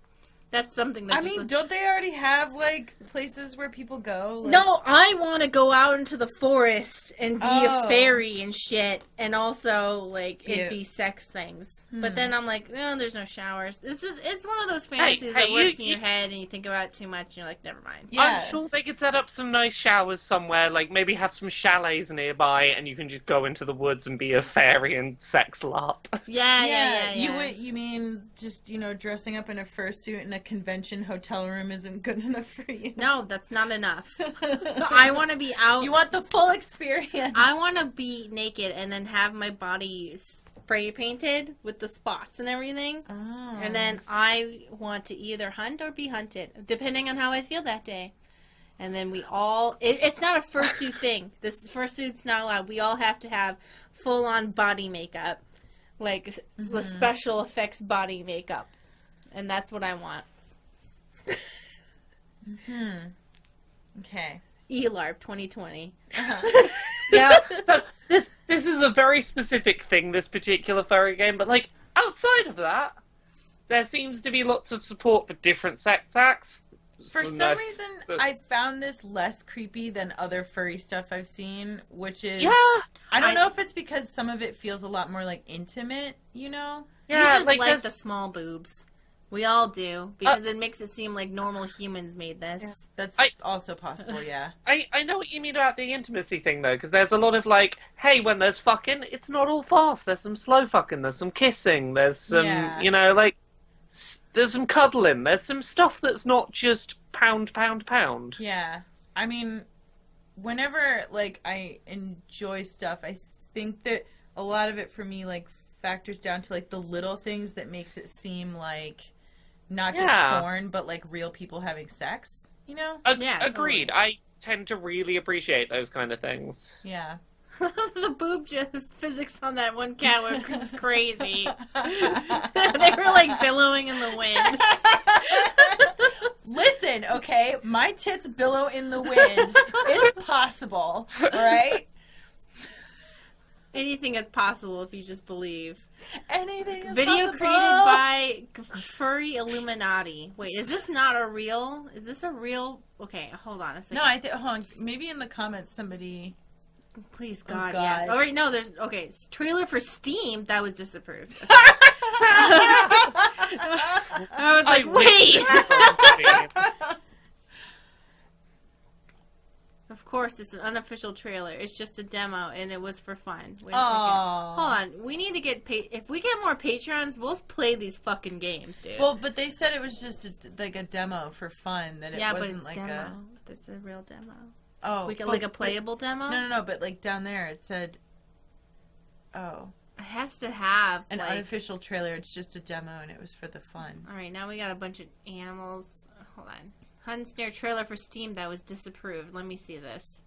[SPEAKER 1] That's something that
[SPEAKER 2] I
[SPEAKER 1] just
[SPEAKER 2] mean, don't they already have like places where people go? Like,
[SPEAKER 1] No, I want to go out into the forest and be a
[SPEAKER 2] Oh.
[SPEAKER 1] fairy and shit, and also like
[SPEAKER 2] Cute.
[SPEAKER 1] it'd be sex things. But
[SPEAKER 2] Hmm.
[SPEAKER 1] then I'm like, no, there's no showers. It's it's one of those fantasies
[SPEAKER 3] hey,
[SPEAKER 1] that works
[SPEAKER 3] you-
[SPEAKER 1] in your
[SPEAKER 3] you-
[SPEAKER 1] head, and you think about it too much, and you're like, never mind.
[SPEAKER 2] Yeah.
[SPEAKER 3] I'm sure they could set up some nice showers somewhere, like maybe have some chalets nearby, and you can just go into the woods and be a fairy and sex larp.
[SPEAKER 1] Yeah, yeah, yeah. yeah.
[SPEAKER 2] You would, you mean just you know dressing up in a fursuit in a convention hotel room isn't good enough for you?
[SPEAKER 1] No, that's not enough. But I want to be out.
[SPEAKER 2] You want the full experience.
[SPEAKER 1] I want to be naked and then have my body spray painted with the spots and everything.
[SPEAKER 2] Oh.
[SPEAKER 1] And then I want to either hunt or be hunted, depending on how I feel that day. And then we all, it, it's not a fursuit thing. This is fursuit's not allowed. We all have to have full on body makeup, like s- the special effects body makeup. And that's what I want.
[SPEAKER 2] Hmm. Okay.
[SPEAKER 1] ELARP 2020.
[SPEAKER 2] Uh-huh.
[SPEAKER 3] yeah. So this this is a very specific thing, this particular furry game, but like outside of that, there seems to be lots of support for different sex acts.
[SPEAKER 2] For
[SPEAKER 3] Some
[SPEAKER 2] some
[SPEAKER 3] nice-
[SPEAKER 2] reason,
[SPEAKER 3] the-
[SPEAKER 2] I found this less creepy than other furry stuff I've seen, which is
[SPEAKER 3] yeah,
[SPEAKER 2] I don't
[SPEAKER 1] I-
[SPEAKER 2] know if it's because some of it feels a lot more like intimate, you know?
[SPEAKER 3] yeah,
[SPEAKER 1] you just like,
[SPEAKER 3] there's-
[SPEAKER 1] the small boobs. We all do, because it makes it seem like normal humans made this.
[SPEAKER 2] That's
[SPEAKER 3] I-
[SPEAKER 2] also possible, yeah.
[SPEAKER 3] I, I know what you mean about the intimacy thing though, because there's a lot of like, hey, when there's fucking, it's not all fast. There's some slow fucking. There's some kissing. There's some,
[SPEAKER 2] Yeah.
[SPEAKER 3] you know, like, s- there's some cuddling. There's some stuff that's not just pound, pound, pound.
[SPEAKER 2] Yeah. I mean, whenever like I enjoy stuff, I think that a lot of it for me like factors down to like the little things that makes it seem like not just
[SPEAKER 3] Yeah.
[SPEAKER 2] porn, but like real people having sex, you know?
[SPEAKER 3] Ag-
[SPEAKER 1] Yeah,
[SPEAKER 3] agreed. I tend to really appreciate those kind of things.
[SPEAKER 2] Yeah.
[SPEAKER 1] the boob ju- physics on that one cat were it's crazy. they were like billowing in the wind.
[SPEAKER 2] Listen, okay, my tits billow in the wind. it's possible, all right?
[SPEAKER 1] Anything is possible if you just believe.
[SPEAKER 2] Anything is
[SPEAKER 1] Video
[SPEAKER 2] possible.
[SPEAKER 1] created by G- Furry Illuminati. Wait, is this not a real? Is this a real? Okay, hold on a second.
[SPEAKER 2] No, I think. Hold on. Maybe in the comments, somebody.
[SPEAKER 1] Please, God,
[SPEAKER 2] oh, God.
[SPEAKER 1] yes. All right, no, there's okay. s- Trailer for Steam that was disapproved. I was like,
[SPEAKER 3] I wish
[SPEAKER 1] wait.
[SPEAKER 3] this was on Steam.
[SPEAKER 1] Of course, it's an unofficial trailer. It's just a demo, and it was for fun. Wait a second.
[SPEAKER 2] Oh.
[SPEAKER 1] Hold on, we need to get pa- if we get more Patreons, we'll play these fucking games, dude.
[SPEAKER 2] Well, but they said it was just a, like a demo for fun. That it
[SPEAKER 1] yeah, but
[SPEAKER 2] wasn't
[SPEAKER 1] it's
[SPEAKER 2] like
[SPEAKER 1] demo.
[SPEAKER 2] a
[SPEAKER 1] There's a real demo.
[SPEAKER 2] oh,
[SPEAKER 1] we get
[SPEAKER 2] but-
[SPEAKER 1] like a playable demo.
[SPEAKER 2] No, no, no. But like down there, it said, oh,
[SPEAKER 1] It has to have
[SPEAKER 2] an
[SPEAKER 1] like.
[SPEAKER 2] unofficial trailer. It's just a demo, and it was for the fun.
[SPEAKER 1] All right, now we got a bunch of animals. Hold on, Hun snare trailer for Steam that was disapproved. Let me see this.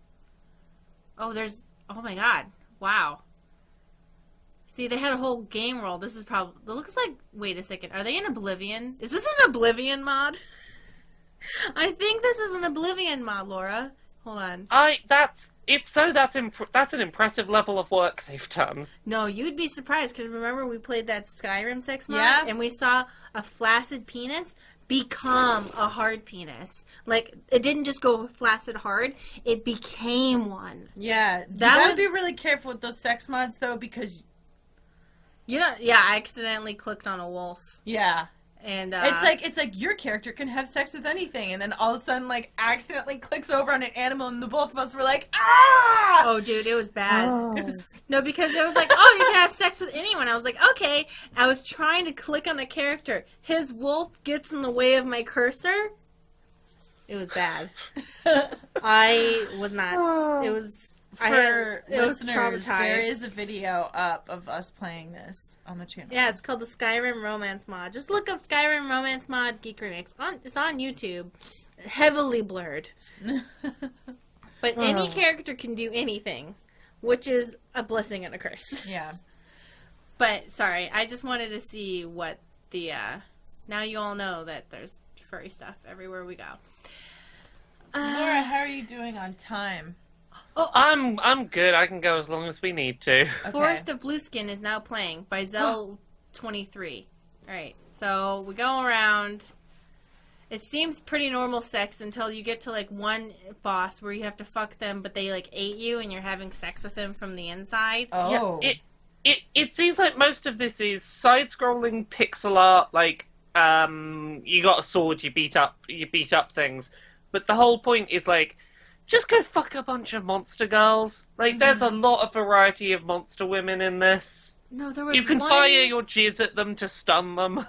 [SPEAKER 1] Oh, there's. Oh my God! Wow. See, they had a whole game roll. This is probably. It looks like. Wait a second. Are they in Oblivion? Is this an Oblivion mod? I think this is an Oblivion mod, Laura. Hold on.
[SPEAKER 3] I that's if so, that's imp- that's an impressive level of work they've done.
[SPEAKER 1] No, you'd be surprised because remember we played that Skyrim sex mod
[SPEAKER 2] Yeah.
[SPEAKER 1] and we saw a flaccid penis become a hard penis. Like it didn't just go flaccid hard; it became one.
[SPEAKER 2] Yeah,
[SPEAKER 1] That
[SPEAKER 2] you gotta
[SPEAKER 1] was-
[SPEAKER 2] be really careful with those sex mods though, because
[SPEAKER 1] You know? Yeah, I accidentally clicked on a wolf,
[SPEAKER 2] yeah,
[SPEAKER 1] and uh,
[SPEAKER 2] it's like it's like your character can have sex with anything, and then all of a sudden, like, accidentally clicks over on an animal, and the both of us were like, ah.
[SPEAKER 1] oh, dude, it was bad.
[SPEAKER 2] It was-
[SPEAKER 1] No, because it was like, oh, you can have sex with anyone. I was like, okay. I was trying to click on a character. His wolf gets in the way of my cursor. It was bad. I was not. It was Oh. I
[SPEAKER 2] for
[SPEAKER 1] had- it was
[SPEAKER 2] listeners, there
[SPEAKER 1] traumatized.
[SPEAKER 2] is a video up of us playing this on the channel.
[SPEAKER 1] Yeah, it's called the Skyrim Romance Mod. Just look up Skyrim Romance Mod Geek Remix. On it's on YouTube. Heavily blurred. But any
[SPEAKER 3] Oh.
[SPEAKER 1] character can do anything, which is a blessing and a curse.
[SPEAKER 2] yeah.
[SPEAKER 1] But sorry, I just wanted to see what the uh now you all know that there's furry stuff everywhere we go.
[SPEAKER 2] Laura,
[SPEAKER 1] Uh,
[SPEAKER 2] how are you doing on time?
[SPEAKER 3] I'm I'm good. I can go as long as we need to.
[SPEAKER 2] Okay.
[SPEAKER 1] Forest of Blueskin is now playing by Zell twenty three. Alright. So we go around it seems pretty normal sex until you get to like one boss where you have to fuck them, but they like ate you and you're having sex with them from the inside.
[SPEAKER 2] Oh.
[SPEAKER 3] Yeah, it, it it seems like most of this is side-scrolling pixel art. Like, um, you got a sword, you beat up, you beat up things, but the whole point is like, just go fuck a bunch of monster girls. Like, there's
[SPEAKER 1] Mm-hmm.
[SPEAKER 3] a lot of variety of monster women in this.
[SPEAKER 1] No, there was
[SPEAKER 3] you can
[SPEAKER 1] one...
[SPEAKER 3] fire your jizz at them to stun them.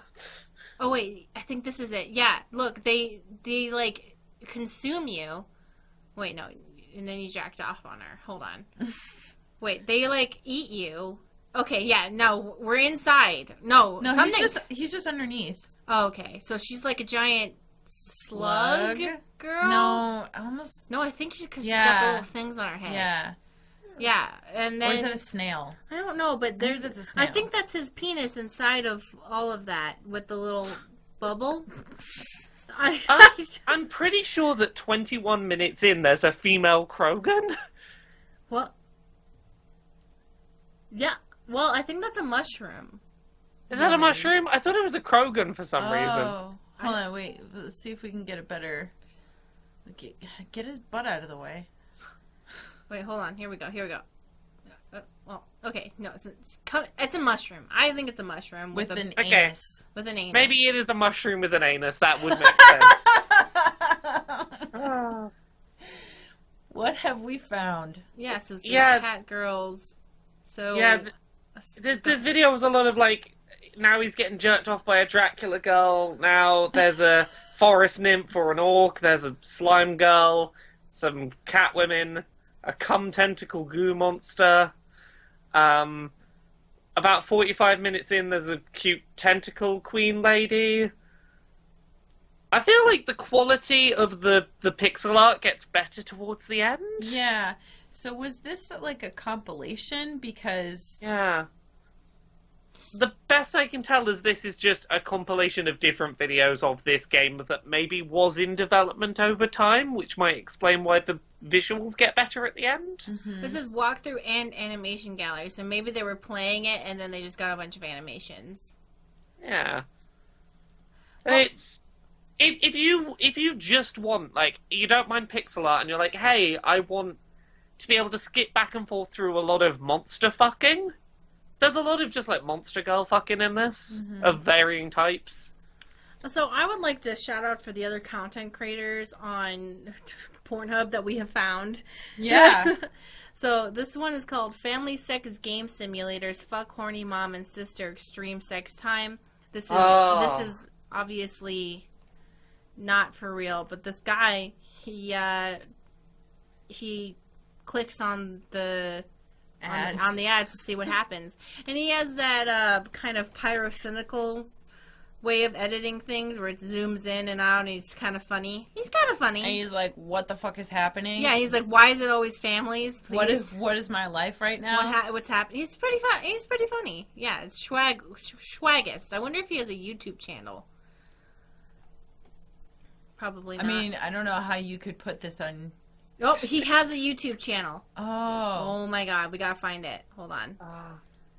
[SPEAKER 1] Oh wait, I think this is it. Yeah, look, they they like consume you. Wait, no, and then you jacked off on her. Hold on. wait, they like eat you. Okay, yeah, no, we're inside. No,
[SPEAKER 2] no,
[SPEAKER 1] something.
[SPEAKER 2] he's just he's just underneath.
[SPEAKER 1] Oh, okay, so she's like a giant slug,
[SPEAKER 2] Slug?
[SPEAKER 1] girl.
[SPEAKER 2] No, almost.
[SPEAKER 1] No, I think she because she's got
[SPEAKER 2] Yeah.
[SPEAKER 1] the little things on her head.
[SPEAKER 2] Yeah.
[SPEAKER 1] yeah, and
[SPEAKER 2] Or is
[SPEAKER 1] then
[SPEAKER 2] it a snail?
[SPEAKER 1] I don't know, but there's
[SPEAKER 2] it's a snail.
[SPEAKER 1] I think that's his penis inside of all of that with the little bubble. I,
[SPEAKER 3] Uh,
[SPEAKER 2] Oh,
[SPEAKER 3] I'm pretty sure that 21 minutes in, there's a female Krogan.
[SPEAKER 1] well, yeah. Well, I think that's a mushroom.
[SPEAKER 3] Is that a
[SPEAKER 2] Maybe.
[SPEAKER 3] mushroom? I thought it was a Krogan for some
[SPEAKER 2] oh.
[SPEAKER 3] reason.
[SPEAKER 2] Hold on, wait. Let's see if we can get a better. Get, get his butt out of the way.
[SPEAKER 1] Wait, hold on. Here we go. Here we go. Uh, well, okay. No, it's, it's, co- it's a mushroom. I think it's a mushroom with,
[SPEAKER 2] With
[SPEAKER 1] a,
[SPEAKER 2] an
[SPEAKER 3] Okay.
[SPEAKER 2] anus.
[SPEAKER 1] with an anus.
[SPEAKER 3] Maybe it is a mushroom with an anus. That would make sense. Ah.
[SPEAKER 2] what have we found?
[SPEAKER 1] Yeah. So, so
[SPEAKER 3] Yeah.
[SPEAKER 1] cat girls. So uh,
[SPEAKER 3] Yeah, th- Th- this video was a lot of like, now he's getting jerked off by a Dracula girl. Now there's a forest nymph or an orc. There's a slime girl, some cat women, a cum tentacle goo monster. Um, about 45 minutes in, there's a cute tentacle queen lady. I feel like the quality of the, the pixel art gets better towards the end.
[SPEAKER 2] Yeah. So was this like a compilation? Because
[SPEAKER 3] Yeah. The best I can tell is this is just a compilation of different videos of this game that maybe was in development over time, which might explain why the visuals get better at the end.
[SPEAKER 1] this is walkthrough and animation gallery. So maybe they were playing it and then they just got a bunch of animations.
[SPEAKER 3] Yeah.
[SPEAKER 1] Well-
[SPEAKER 3] it's if if you if you just want like you don't mind pixel art and you're like, hey, I want to be able to skip back and forth through a lot of monster fucking. There's a lot of just like monster girl fucking in this of varying types.
[SPEAKER 1] So I would like to shout out for the other content creators on Pornhub that we have found.
[SPEAKER 2] yeah.
[SPEAKER 1] so this one is called Family Sex Game Simulators Fuck Horny Mom and Sister Extreme Sex Time. This is
[SPEAKER 3] Oh.
[SPEAKER 1] this is obviously not for real, but this guy he uh he clicks on the on,
[SPEAKER 2] Ads.
[SPEAKER 1] the- on the ads to see what happens. And he has that uh, kind of pyrocynical way of editing things where it zooms in and out and he's kind of funny. He's kind of funny.
[SPEAKER 2] and he's like, "What the fuck is happening?
[SPEAKER 1] yeah, he's like, why is it always families? Please.
[SPEAKER 2] what is what is my life right now?
[SPEAKER 1] What ha- what's happening? He's pretty fun. He's pretty funny. Yeah, it's Schwag Sch- Schwagist. I wonder if he has a YouTube channel. Probably
[SPEAKER 2] I
[SPEAKER 1] not.
[SPEAKER 2] mean, I don't know how you could put this on.
[SPEAKER 1] oh, he has a YouTube channel.
[SPEAKER 2] Oh,
[SPEAKER 1] Oh my god, we gotta find it. Hold on.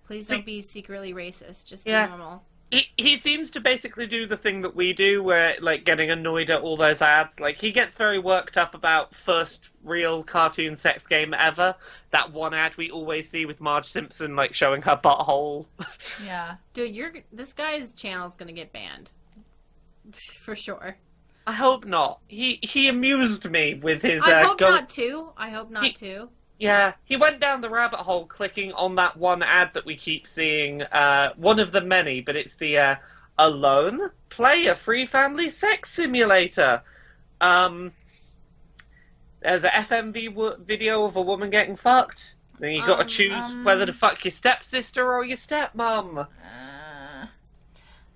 [SPEAKER 1] Please don't be secretly racist. Just be
[SPEAKER 3] Yeah.
[SPEAKER 1] normal.
[SPEAKER 3] He, he seems to basically do the thing that we do, where like getting annoyed at all those ads. Like he gets very worked up about first real cartoon sex game ever. That one ad we always see with Marge Simpson like showing her butthole.
[SPEAKER 2] yeah.
[SPEAKER 1] Dude, you're this guy's channel's gonna get banned. For sure.
[SPEAKER 3] I hope not. He he amused me with his.
[SPEAKER 1] I
[SPEAKER 3] uh,
[SPEAKER 1] hope
[SPEAKER 3] go-
[SPEAKER 1] not too. I hope not
[SPEAKER 3] He-
[SPEAKER 1] too.
[SPEAKER 3] Yeah, he went down the rabbit hole clicking on that one ad that we keep seeing. Uh, one of the many, but it's the uh, alone play a free family sex simulator. Um, There's a FMV w- video of a woman getting fucked. Then you got
[SPEAKER 1] Um,
[SPEAKER 3] to choose
[SPEAKER 2] um.
[SPEAKER 3] whether to fuck your stepsister or your stepmom.
[SPEAKER 2] Uh,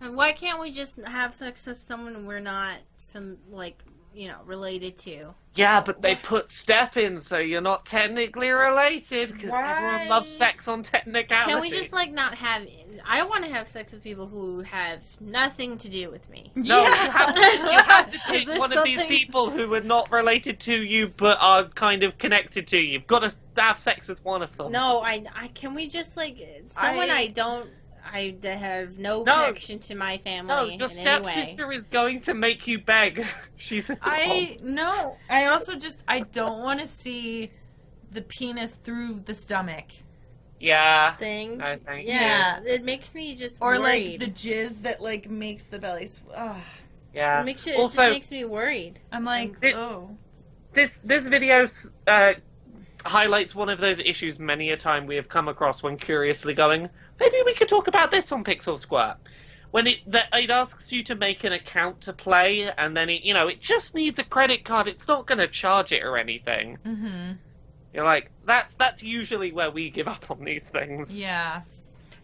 [SPEAKER 1] And why can't we just have sex with someone we're not from like you know related to?
[SPEAKER 3] Yeah, but they put step in, so you're not technically related because
[SPEAKER 2] Why?
[SPEAKER 3] everyone loves sex on technicality.
[SPEAKER 1] Can we just like not have? I want to have sex with people who have nothing to do with me.
[SPEAKER 3] No, you have to, you have to
[SPEAKER 1] Is
[SPEAKER 3] pick
[SPEAKER 1] there
[SPEAKER 3] one of these
[SPEAKER 1] something-
[SPEAKER 3] people who are not related to you but are kind of connected to you. You've got to have sex with one of them.
[SPEAKER 1] No, I, I can we just like someone I,
[SPEAKER 2] I-
[SPEAKER 1] don't I that have no,
[SPEAKER 3] No.
[SPEAKER 1] connection to my
[SPEAKER 3] No,
[SPEAKER 1] family
[SPEAKER 3] your
[SPEAKER 1] in any way.
[SPEAKER 3] stepsister is going to make you beg. She's a
[SPEAKER 2] I
[SPEAKER 3] Oh.
[SPEAKER 2] no. I also just I don't want to see the penis through the stomach
[SPEAKER 3] Yeah.
[SPEAKER 1] Thing.
[SPEAKER 3] No, thank
[SPEAKER 1] yeah, it makes me just
[SPEAKER 2] or
[SPEAKER 1] worried.
[SPEAKER 2] like the jizz that like makes the belly. Sw- Ugh.
[SPEAKER 3] Yeah.
[SPEAKER 1] it makes you, it
[SPEAKER 3] also,
[SPEAKER 1] just makes me worried.
[SPEAKER 2] I'm like
[SPEAKER 3] It-
[SPEAKER 2] oh.
[SPEAKER 3] this this video s- uh, highlights one of those issues many a time we have come across when curiously going, maybe we could talk about this on Pixel Squirt. When it that it asks you to make an account to play, and then it you know it just needs a credit card. It's not going to charge it or anything.
[SPEAKER 2] Mm-hmm.
[SPEAKER 3] You're like that's that's usually where we give up on these things.
[SPEAKER 2] Yeah.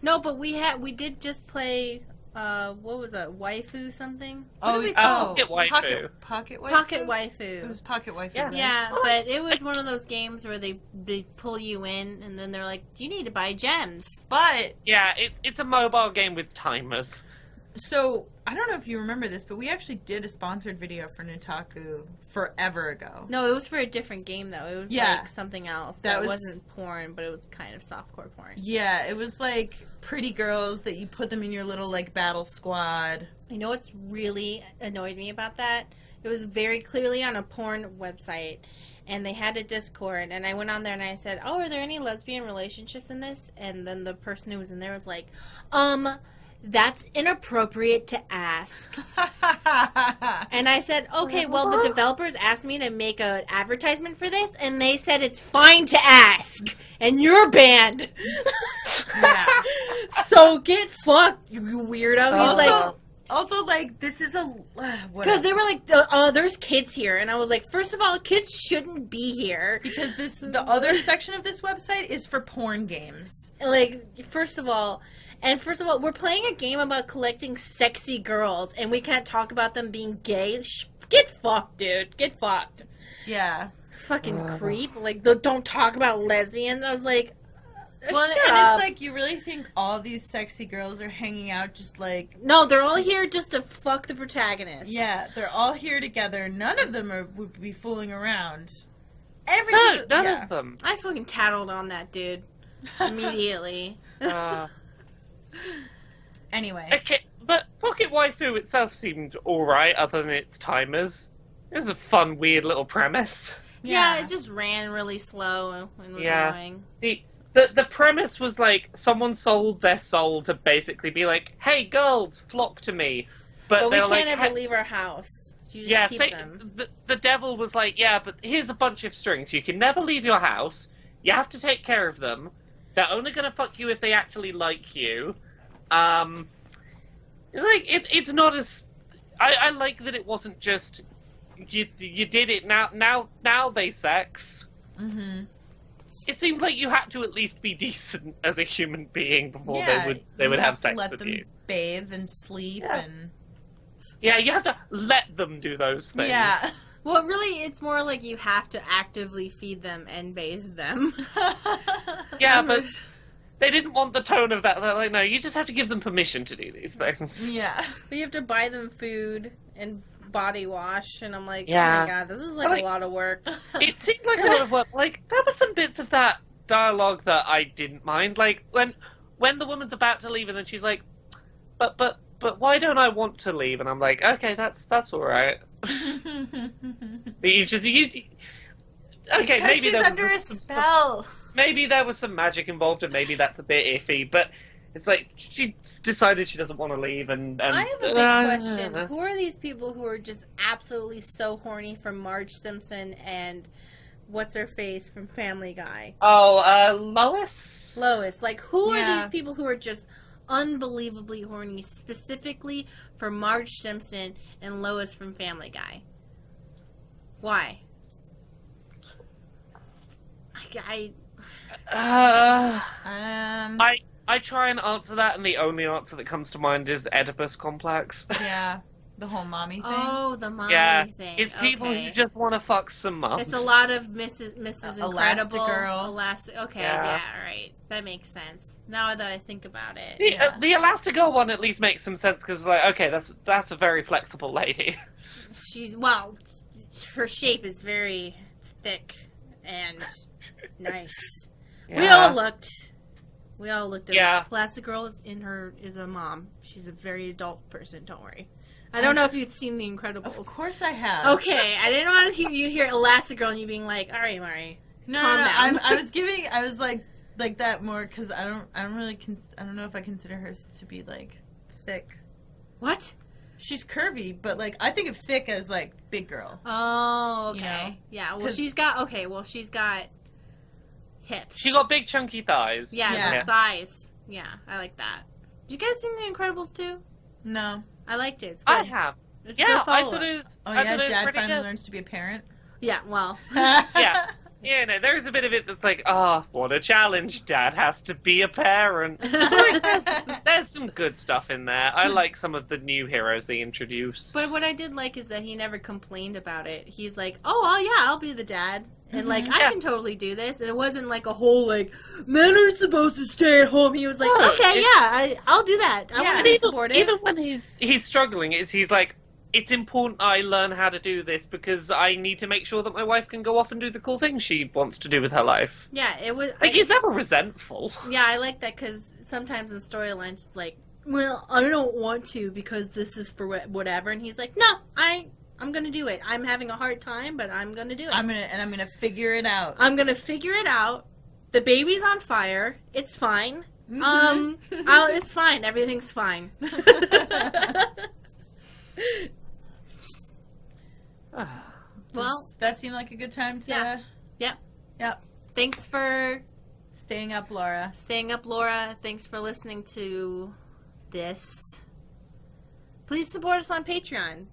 [SPEAKER 1] No, but we had we did just play. Uh, what was that? Waifu something? What
[SPEAKER 2] Oh,
[SPEAKER 1] do we
[SPEAKER 2] oh,
[SPEAKER 1] call it?
[SPEAKER 3] Pocket waifu.
[SPEAKER 2] Pocket, pocket waifu.
[SPEAKER 1] pocket
[SPEAKER 2] It was
[SPEAKER 1] waifu.
[SPEAKER 2] pocket waifu.
[SPEAKER 3] Yeah.
[SPEAKER 2] right?
[SPEAKER 1] Yeah, but it was one of those games where they they pull you in and then they're like, you need to buy gems.
[SPEAKER 2] But
[SPEAKER 3] Yeah, it's it's a mobile game with timers.
[SPEAKER 2] so I don't know if you remember this, but we actually did a sponsored video for Nutaku forever ago.
[SPEAKER 1] No, it was for a different game though. It was
[SPEAKER 2] Yeah.
[SPEAKER 1] like something else. That,
[SPEAKER 2] That was-
[SPEAKER 1] wasn't porn, but it was kind of softcore porn.
[SPEAKER 2] Yeah, it was like pretty girls that you put them in your little like battle squad.
[SPEAKER 1] You know what's really annoyed me about that? It was very clearly on a porn website, and they had a Discord, and I went on there and I said, "Oh, are there any lesbian relationships in this?" And then the person who was in there was like, "Um, that's inappropriate to ask." And I said, "Okay, well, the developers asked me to make an advertisement for this, and they said it's fine to ask, and you're banned.
[SPEAKER 2] yeah.
[SPEAKER 1] so get fucked, you weirdo." He's
[SPEAKER 2] Also,
[SPEAKER 1] like,
[SPEAKER 2] also like this is a uh,
[SPEAKER 1] Because
[SPEAKER 2] whatever.
[SPEAKER 1] they were like, uh, uh, there's kids here. And I was like, first of all, kids shouldn't be here.
[SPEAKER 2] because this the other section of this website is for porn games.
[SPEAKER 1] Like, first of all, and first of all, we're playing a game about collecting sexy girls and we can't talk about them being gay. Sh- Get fucked, dude. Get fucked.
[SPEAKER 2] Yeah.
[SPEAKER 1] Fucking creep. Like, the, don't talk about lesbians. I was like, uh,
[SPEAKER 2] Well,
[SPEAKER 1] shut
[SPEAKER 2] and
[SPEAKER 1] up.
[SPEAKER 2] it's like you really think all these sexy girls are hanging out just like
[SPEAKER 1] no, they're all here just to fuck the protagonist.
[SPEAKER 2] Yeah, they're all here together. None of them are, would be fooling around. Every
[SPEAKER 3] No,
[SPEAKER 2] single-
[SPEAKER 3] none
[SPEAKER 2] yeah.
[SPEAKER 3] of them.
[SPEAKER 1] I fucking tattled on that dude immediately.
[SPEAKER 3] Uh,
[SPEAKER 2] Anyway,
[SPEAKER 3] Okay, but Pocket Waifu itself seemed alright, other than its timers. It was a fun, weird little premise.
[SPEAKER 1] yeah. it just ran really slow and was
[SPEAKER 3] Yeah.
[SPEAKER 1] annoying.
[SPEAKER 3] The, the the premise was like someone sold their soul to basically be like, "Hey, girls, flock to me," but,
[SPEAKER 1] But we
[SPEAKER 3] they were
[SPEAKER 1] can't
[SPEAKER 3] like,
[SPEAKER 1] ever
[SPEAKER 3] "Hey-"
[SPEAKER 1] leave our house. You just
[SPEAKER 3] "Yeah."
[SPEAKER 1] keep
[SPEAKER 3] say-
[SPEAKER 1] them.
[SPEAKER 3] the the devil was like, "Yeah, but here's a bunch of strings. You can never leave your house. You have to take care of them. They're only gonna fuck you if they actually like you." Um, like it, it's not as I, I like that it wasn't just you you did it now now now they sex.
[SPEAKER 2] hmm
[SPEAKER 3] It seemed like you had to at least be decent as a human being before they would they
[SPEAKER 2] you
[SPEAKER 3] would have,
[SPEAKER 2] to
[SPEAKER 3] sex
[SPEAKER 2] let
[SPEAKER 3] with
[SPEAKER 2] them
[SPEAKER 3] you.
[SPEAKER 2] bathe and sleep
[SPEAKER 3] Yeah.
[SPEAKER 2] and
[SPEAKER 3] Yeah, you have to let them do those things.
[SPEAKER 2] yeah.
[SPEAKER 1] Well, really, it's more like you have to actively feed them and bathe them.
[SPEAKER 3] Yeah, but they didn't want the tone of that. They're like, no, you just have to give them permission to do these things.
[SPEAKER 2] yeah.
[SPEAKER 1] But you have to buy them food and body wash, and I'm like, oh
[SPEAKER 3] Yeah.
[SPEAKER 1] my god, this is like,
[SPEAKER 3] Like-
[SPEAKER 1] a lot of work.
[SPEAKER 3] It seemed like a lot of work. Like there were some bits of that dialogue that I didn't mind. Like when when the woman's about to leave and then she's like, but but but why don't I want to leave? And I'm like, okay, that's that's all right. You just you. you- Okay, maybe
[SPEAKER 2] she's
[SPEAKER 3] there was
[SPEAKER 2] under a
[SPEAKER 3] some-
[SPEAKER 2] spell.
[SPEAKER 3] maybe there was some magic involved, and maybe that's a bit iffy. But it's like she decided she doesn't want to leave, and, and
[SPEAKER 1] I have a big
[SPEAKER 3] Uh,
[SPEAKER 1] question. Who are these people who are just absolutely so horny for Marge Simpson and what's her face from Family Guy?
[SPEAKER 3] Oh, uh, Lois.
[SPEAKER 1] Lois, like who are
[SPEAKER 2] Yeah.
[SPEAKER 1] these people who are just unbelievably horny specifically for Marge Simpson and Lois from Family Guy? Why? I
[SPEAKER 3] Uh,
[SPEAKER 2] Um,
[SPEAKER 3] I I try and answer that, and the only answer that comes to mind is Oedipus complex.
[SPEAKER 2] yeah, the whole mommy thing.
[SPEAKER 1] oh the mommy
[SPEAKER 3] Yeah,
[SPEAKER 1] thing.
[SPEAKER 3] It's people
[SPEAKER 1] okay.
[SPEAKER 3] who just want to fuck some mums.
[SPEAKER 1] It's a lot of Mrs. Mrs.
[SPEAKER 2] Uh,
[SPEAKER 1] Incredible,
[SPEAKER 2] Elastigirl.
[SPEAKER 1] Elastic. Okay,
[SPEAKER 3] Yeah.
[SPEAKER 1] yeah. all right, that makes sense. Now that I think about it,
[SPEAKER 3] The,
[SPEAKER 2] yeah.
[SPEAKER 3] uh, the Elastigirl one at least makes some sense because, like, okay, that's that's a very flexible lady.
[SPEAKER 1] she's well, her shape is very thick and nice. We
[SPEAKER 3] Yeah.
[SPEAKER 1] all looked. We all looked at
[SPEAKER 3] Yeah.
[SPEAKER 1] Plastic Girl is in her is a mom. She's a very adult person. Don't worry. I don't know if you'd seen The
[SPEAKER 2] Of
[SPEAKER 1] Incredibles.
[SPEAKER 2] course I have.
[SPEAKER 1] Okay, I didn't want to hear you hear Elastigirl and you being like, "All right, Mari."
[SPEAKER 2] No,
[SPEAKER 1] Calm
[SPEAKER 2] no, no,
[SPEAKER 1] down.
[SPEAKER 2] I'm, I was giving. I was like, like that more because I don't. I don't really. Cons- I don't know if I consider her to be like thick.
[SPEAKER 1] What?
[SPEAKER 2] She's curvy, but like I think of thick as like big girl.
[SPEAKER 1] Oh, okay.
[SPEAKER 2] You know?
[SPEAKER 1] Yeah. Well,
[SPEAKER 2] 'Cause-
[SPEAKER 1] she's got okay. Well, she's got hips.
[SPEAKER 3] She got big chunky thighs.
[SPEAKER 1] yeah,
[SPEAKER 2] Yeah.
[SPEAKER 1] those thighs. Yeah, I like that. Did you guys see The Incredibles too?
[SPEAKER 2] No.
[SPEAKER 1] I liked it. It's good.
[SPEAKER 3] I have.
[SPEAKER 1] It's a
[SPEAKER 3] Yeah,
[SPEAKER 1] good
[SPEAKER 3] I
[SPEAKER 1] follow-up.
[SPEAKER 3] thought it was.
[SPEAKER 2] Oh
[SPEAKER 3] I
[SPEAKER 2] yeah,
[SPEAKER 3] thought it was
[SPEAKER 2] dad
[SPEAKER 3] pretty
[SPEAKER 2] finally
[SPEAKER 3] good.
[SPEAKER 2] learns to be a parent.
[SPEAKER 1] Yeah. Well.
[SPEAKER 2] yeah.
[SPEAKER 3] Yeah, no, there is a bit of it that's like, ah, what a challenge. Dad has to be a parent. There's some good stuff in there. I like some of the new heroes they introduced.
[SPEAKER 1] Hmm. But what I did like is that he never complained about it. He's like, "Oh, well, yeah, I'll be the dad." And like,
[SPEAKER 2] Mhm.
[SPEAKER 1] I
[SPEAKER 3] Mm-hmm. Yeah.
[SPEAKER 1] can totally do this. And it wasn't like a whole like men are supposed to stay at home. He was like,
[SPEAKER 3] No,
[SPEAKER 1] "Okay,
[SPEAKER 3] it's-
[SPEAKER 1] yeah, I, I'll do that. I
[SPEAKER 2] Yeah.
[SPEAKER 1] want to
[SPEAKER 3] And
[SPEAKER 1] be
[SPEAKER 3] even,
[SPEAKER 1] supportive."
[SPEAKER 3] even when he's he's struggling, is he's like, it's important I learn how to do this because I need to make sure that my wife can go off and do the cool thing she wants to do with her life.
[SPEAKER 1] yeah, it was.
[SPEAKER 3] Like
[SPEAKER 1] I-
[SPEAKER 3] he's never resentful.
[SPEAKER 1] Yeah, I like that because sometimes in storylines it's like, well, I don't want to because this is for wha- whatever, and he's like, no, I, I'm gonna do it. I'm having a hard time, but I'm gonna do it.
[SPEAKER 2] I'm
[SPEAKER 1] I'm,
[SPEAKER 2] gonna and I'm gonna figure it out.
[SPEAKER 1] gonna figure it out. The baby's on fire. It's fine.
[SPEAKER 2] Mm-hmm.
[SPEAKER 1] Um, I'll, it's fine. Everything's fine.
[SPEAKER 2] Does
[SPEAKER 1] well,
[SPEAKER 2] that seemed like a good time to
[SPEAKER 1] Yeah. thanks for
[SPEAKER 2] staying up, Laura.
[SPEAKER 1] staying up, Laura. Thanks for listening to this. Please support us on Patreon.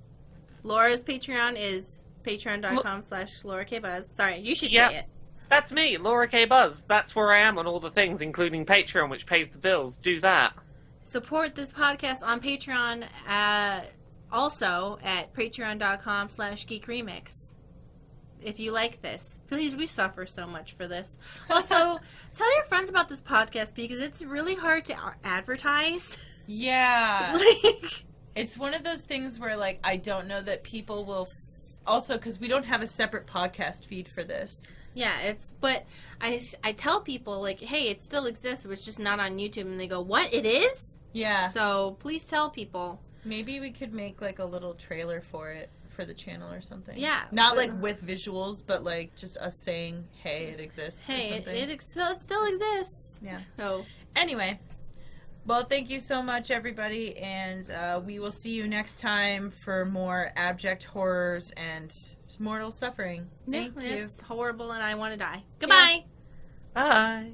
[SPEAKER 1] Laura's Patreon is patreon.com slash Laura K Buzz. Sorry, you should
[SPEAKER 3] Yeah.
[SPEAKER 1] say it.
[SPEAKER 3] That's me, Laura K. Buzz. That's where I am on all the things, including Patreon, which pays the bills. Do that.
[SPEAKER 1] Support this podcast on Patreon uh, also at patreon.com slash geek remix. If you like this, please, we suffer so much for this. Also, tell your friends about this podcast because it's really hard to a- advertise.
[SPEAKER 2] Yeah.
[SPEAKER 1] like,
[SPEAKER 2] It's one of those things where like I don't know that people will also because we don't have a separate podcast feed for this.
[SPEAKER 1] Yeah, it's but I s- I tell people like, hey, it still exists, but it's just not on YouTube, and they go, what? It is?
[SPEAKER 2] Yeah.
[SPEAKER 1] So please tell people.
[SPEAKER 2] Maybe we could make like a little trailer for it for the channel or something.
[SPEAKER 1] Yeah.
[SPEAKER 2] Not like with visuals, but like just us saying, "Hey, it exists." or
[SPEAKER 1] Hey, it,
[SPEAKER 2] something.
[SPEAKER 1] it, ex- it still exists.
[SPEAKER 2] Yeah.
[SPEAKER 1] So
[SPEAKER 2] Anyway, well, thank you so much, everybody, and uh, we will see you next time for more abject horrors and mortal suffering. Thank
[SPEAKER 1] yeah,
[SPEAKER 2] you.
[SPEAKER 1] it's horrible, and I want to die. Goodbye.
[SPEAKER 3] Bye.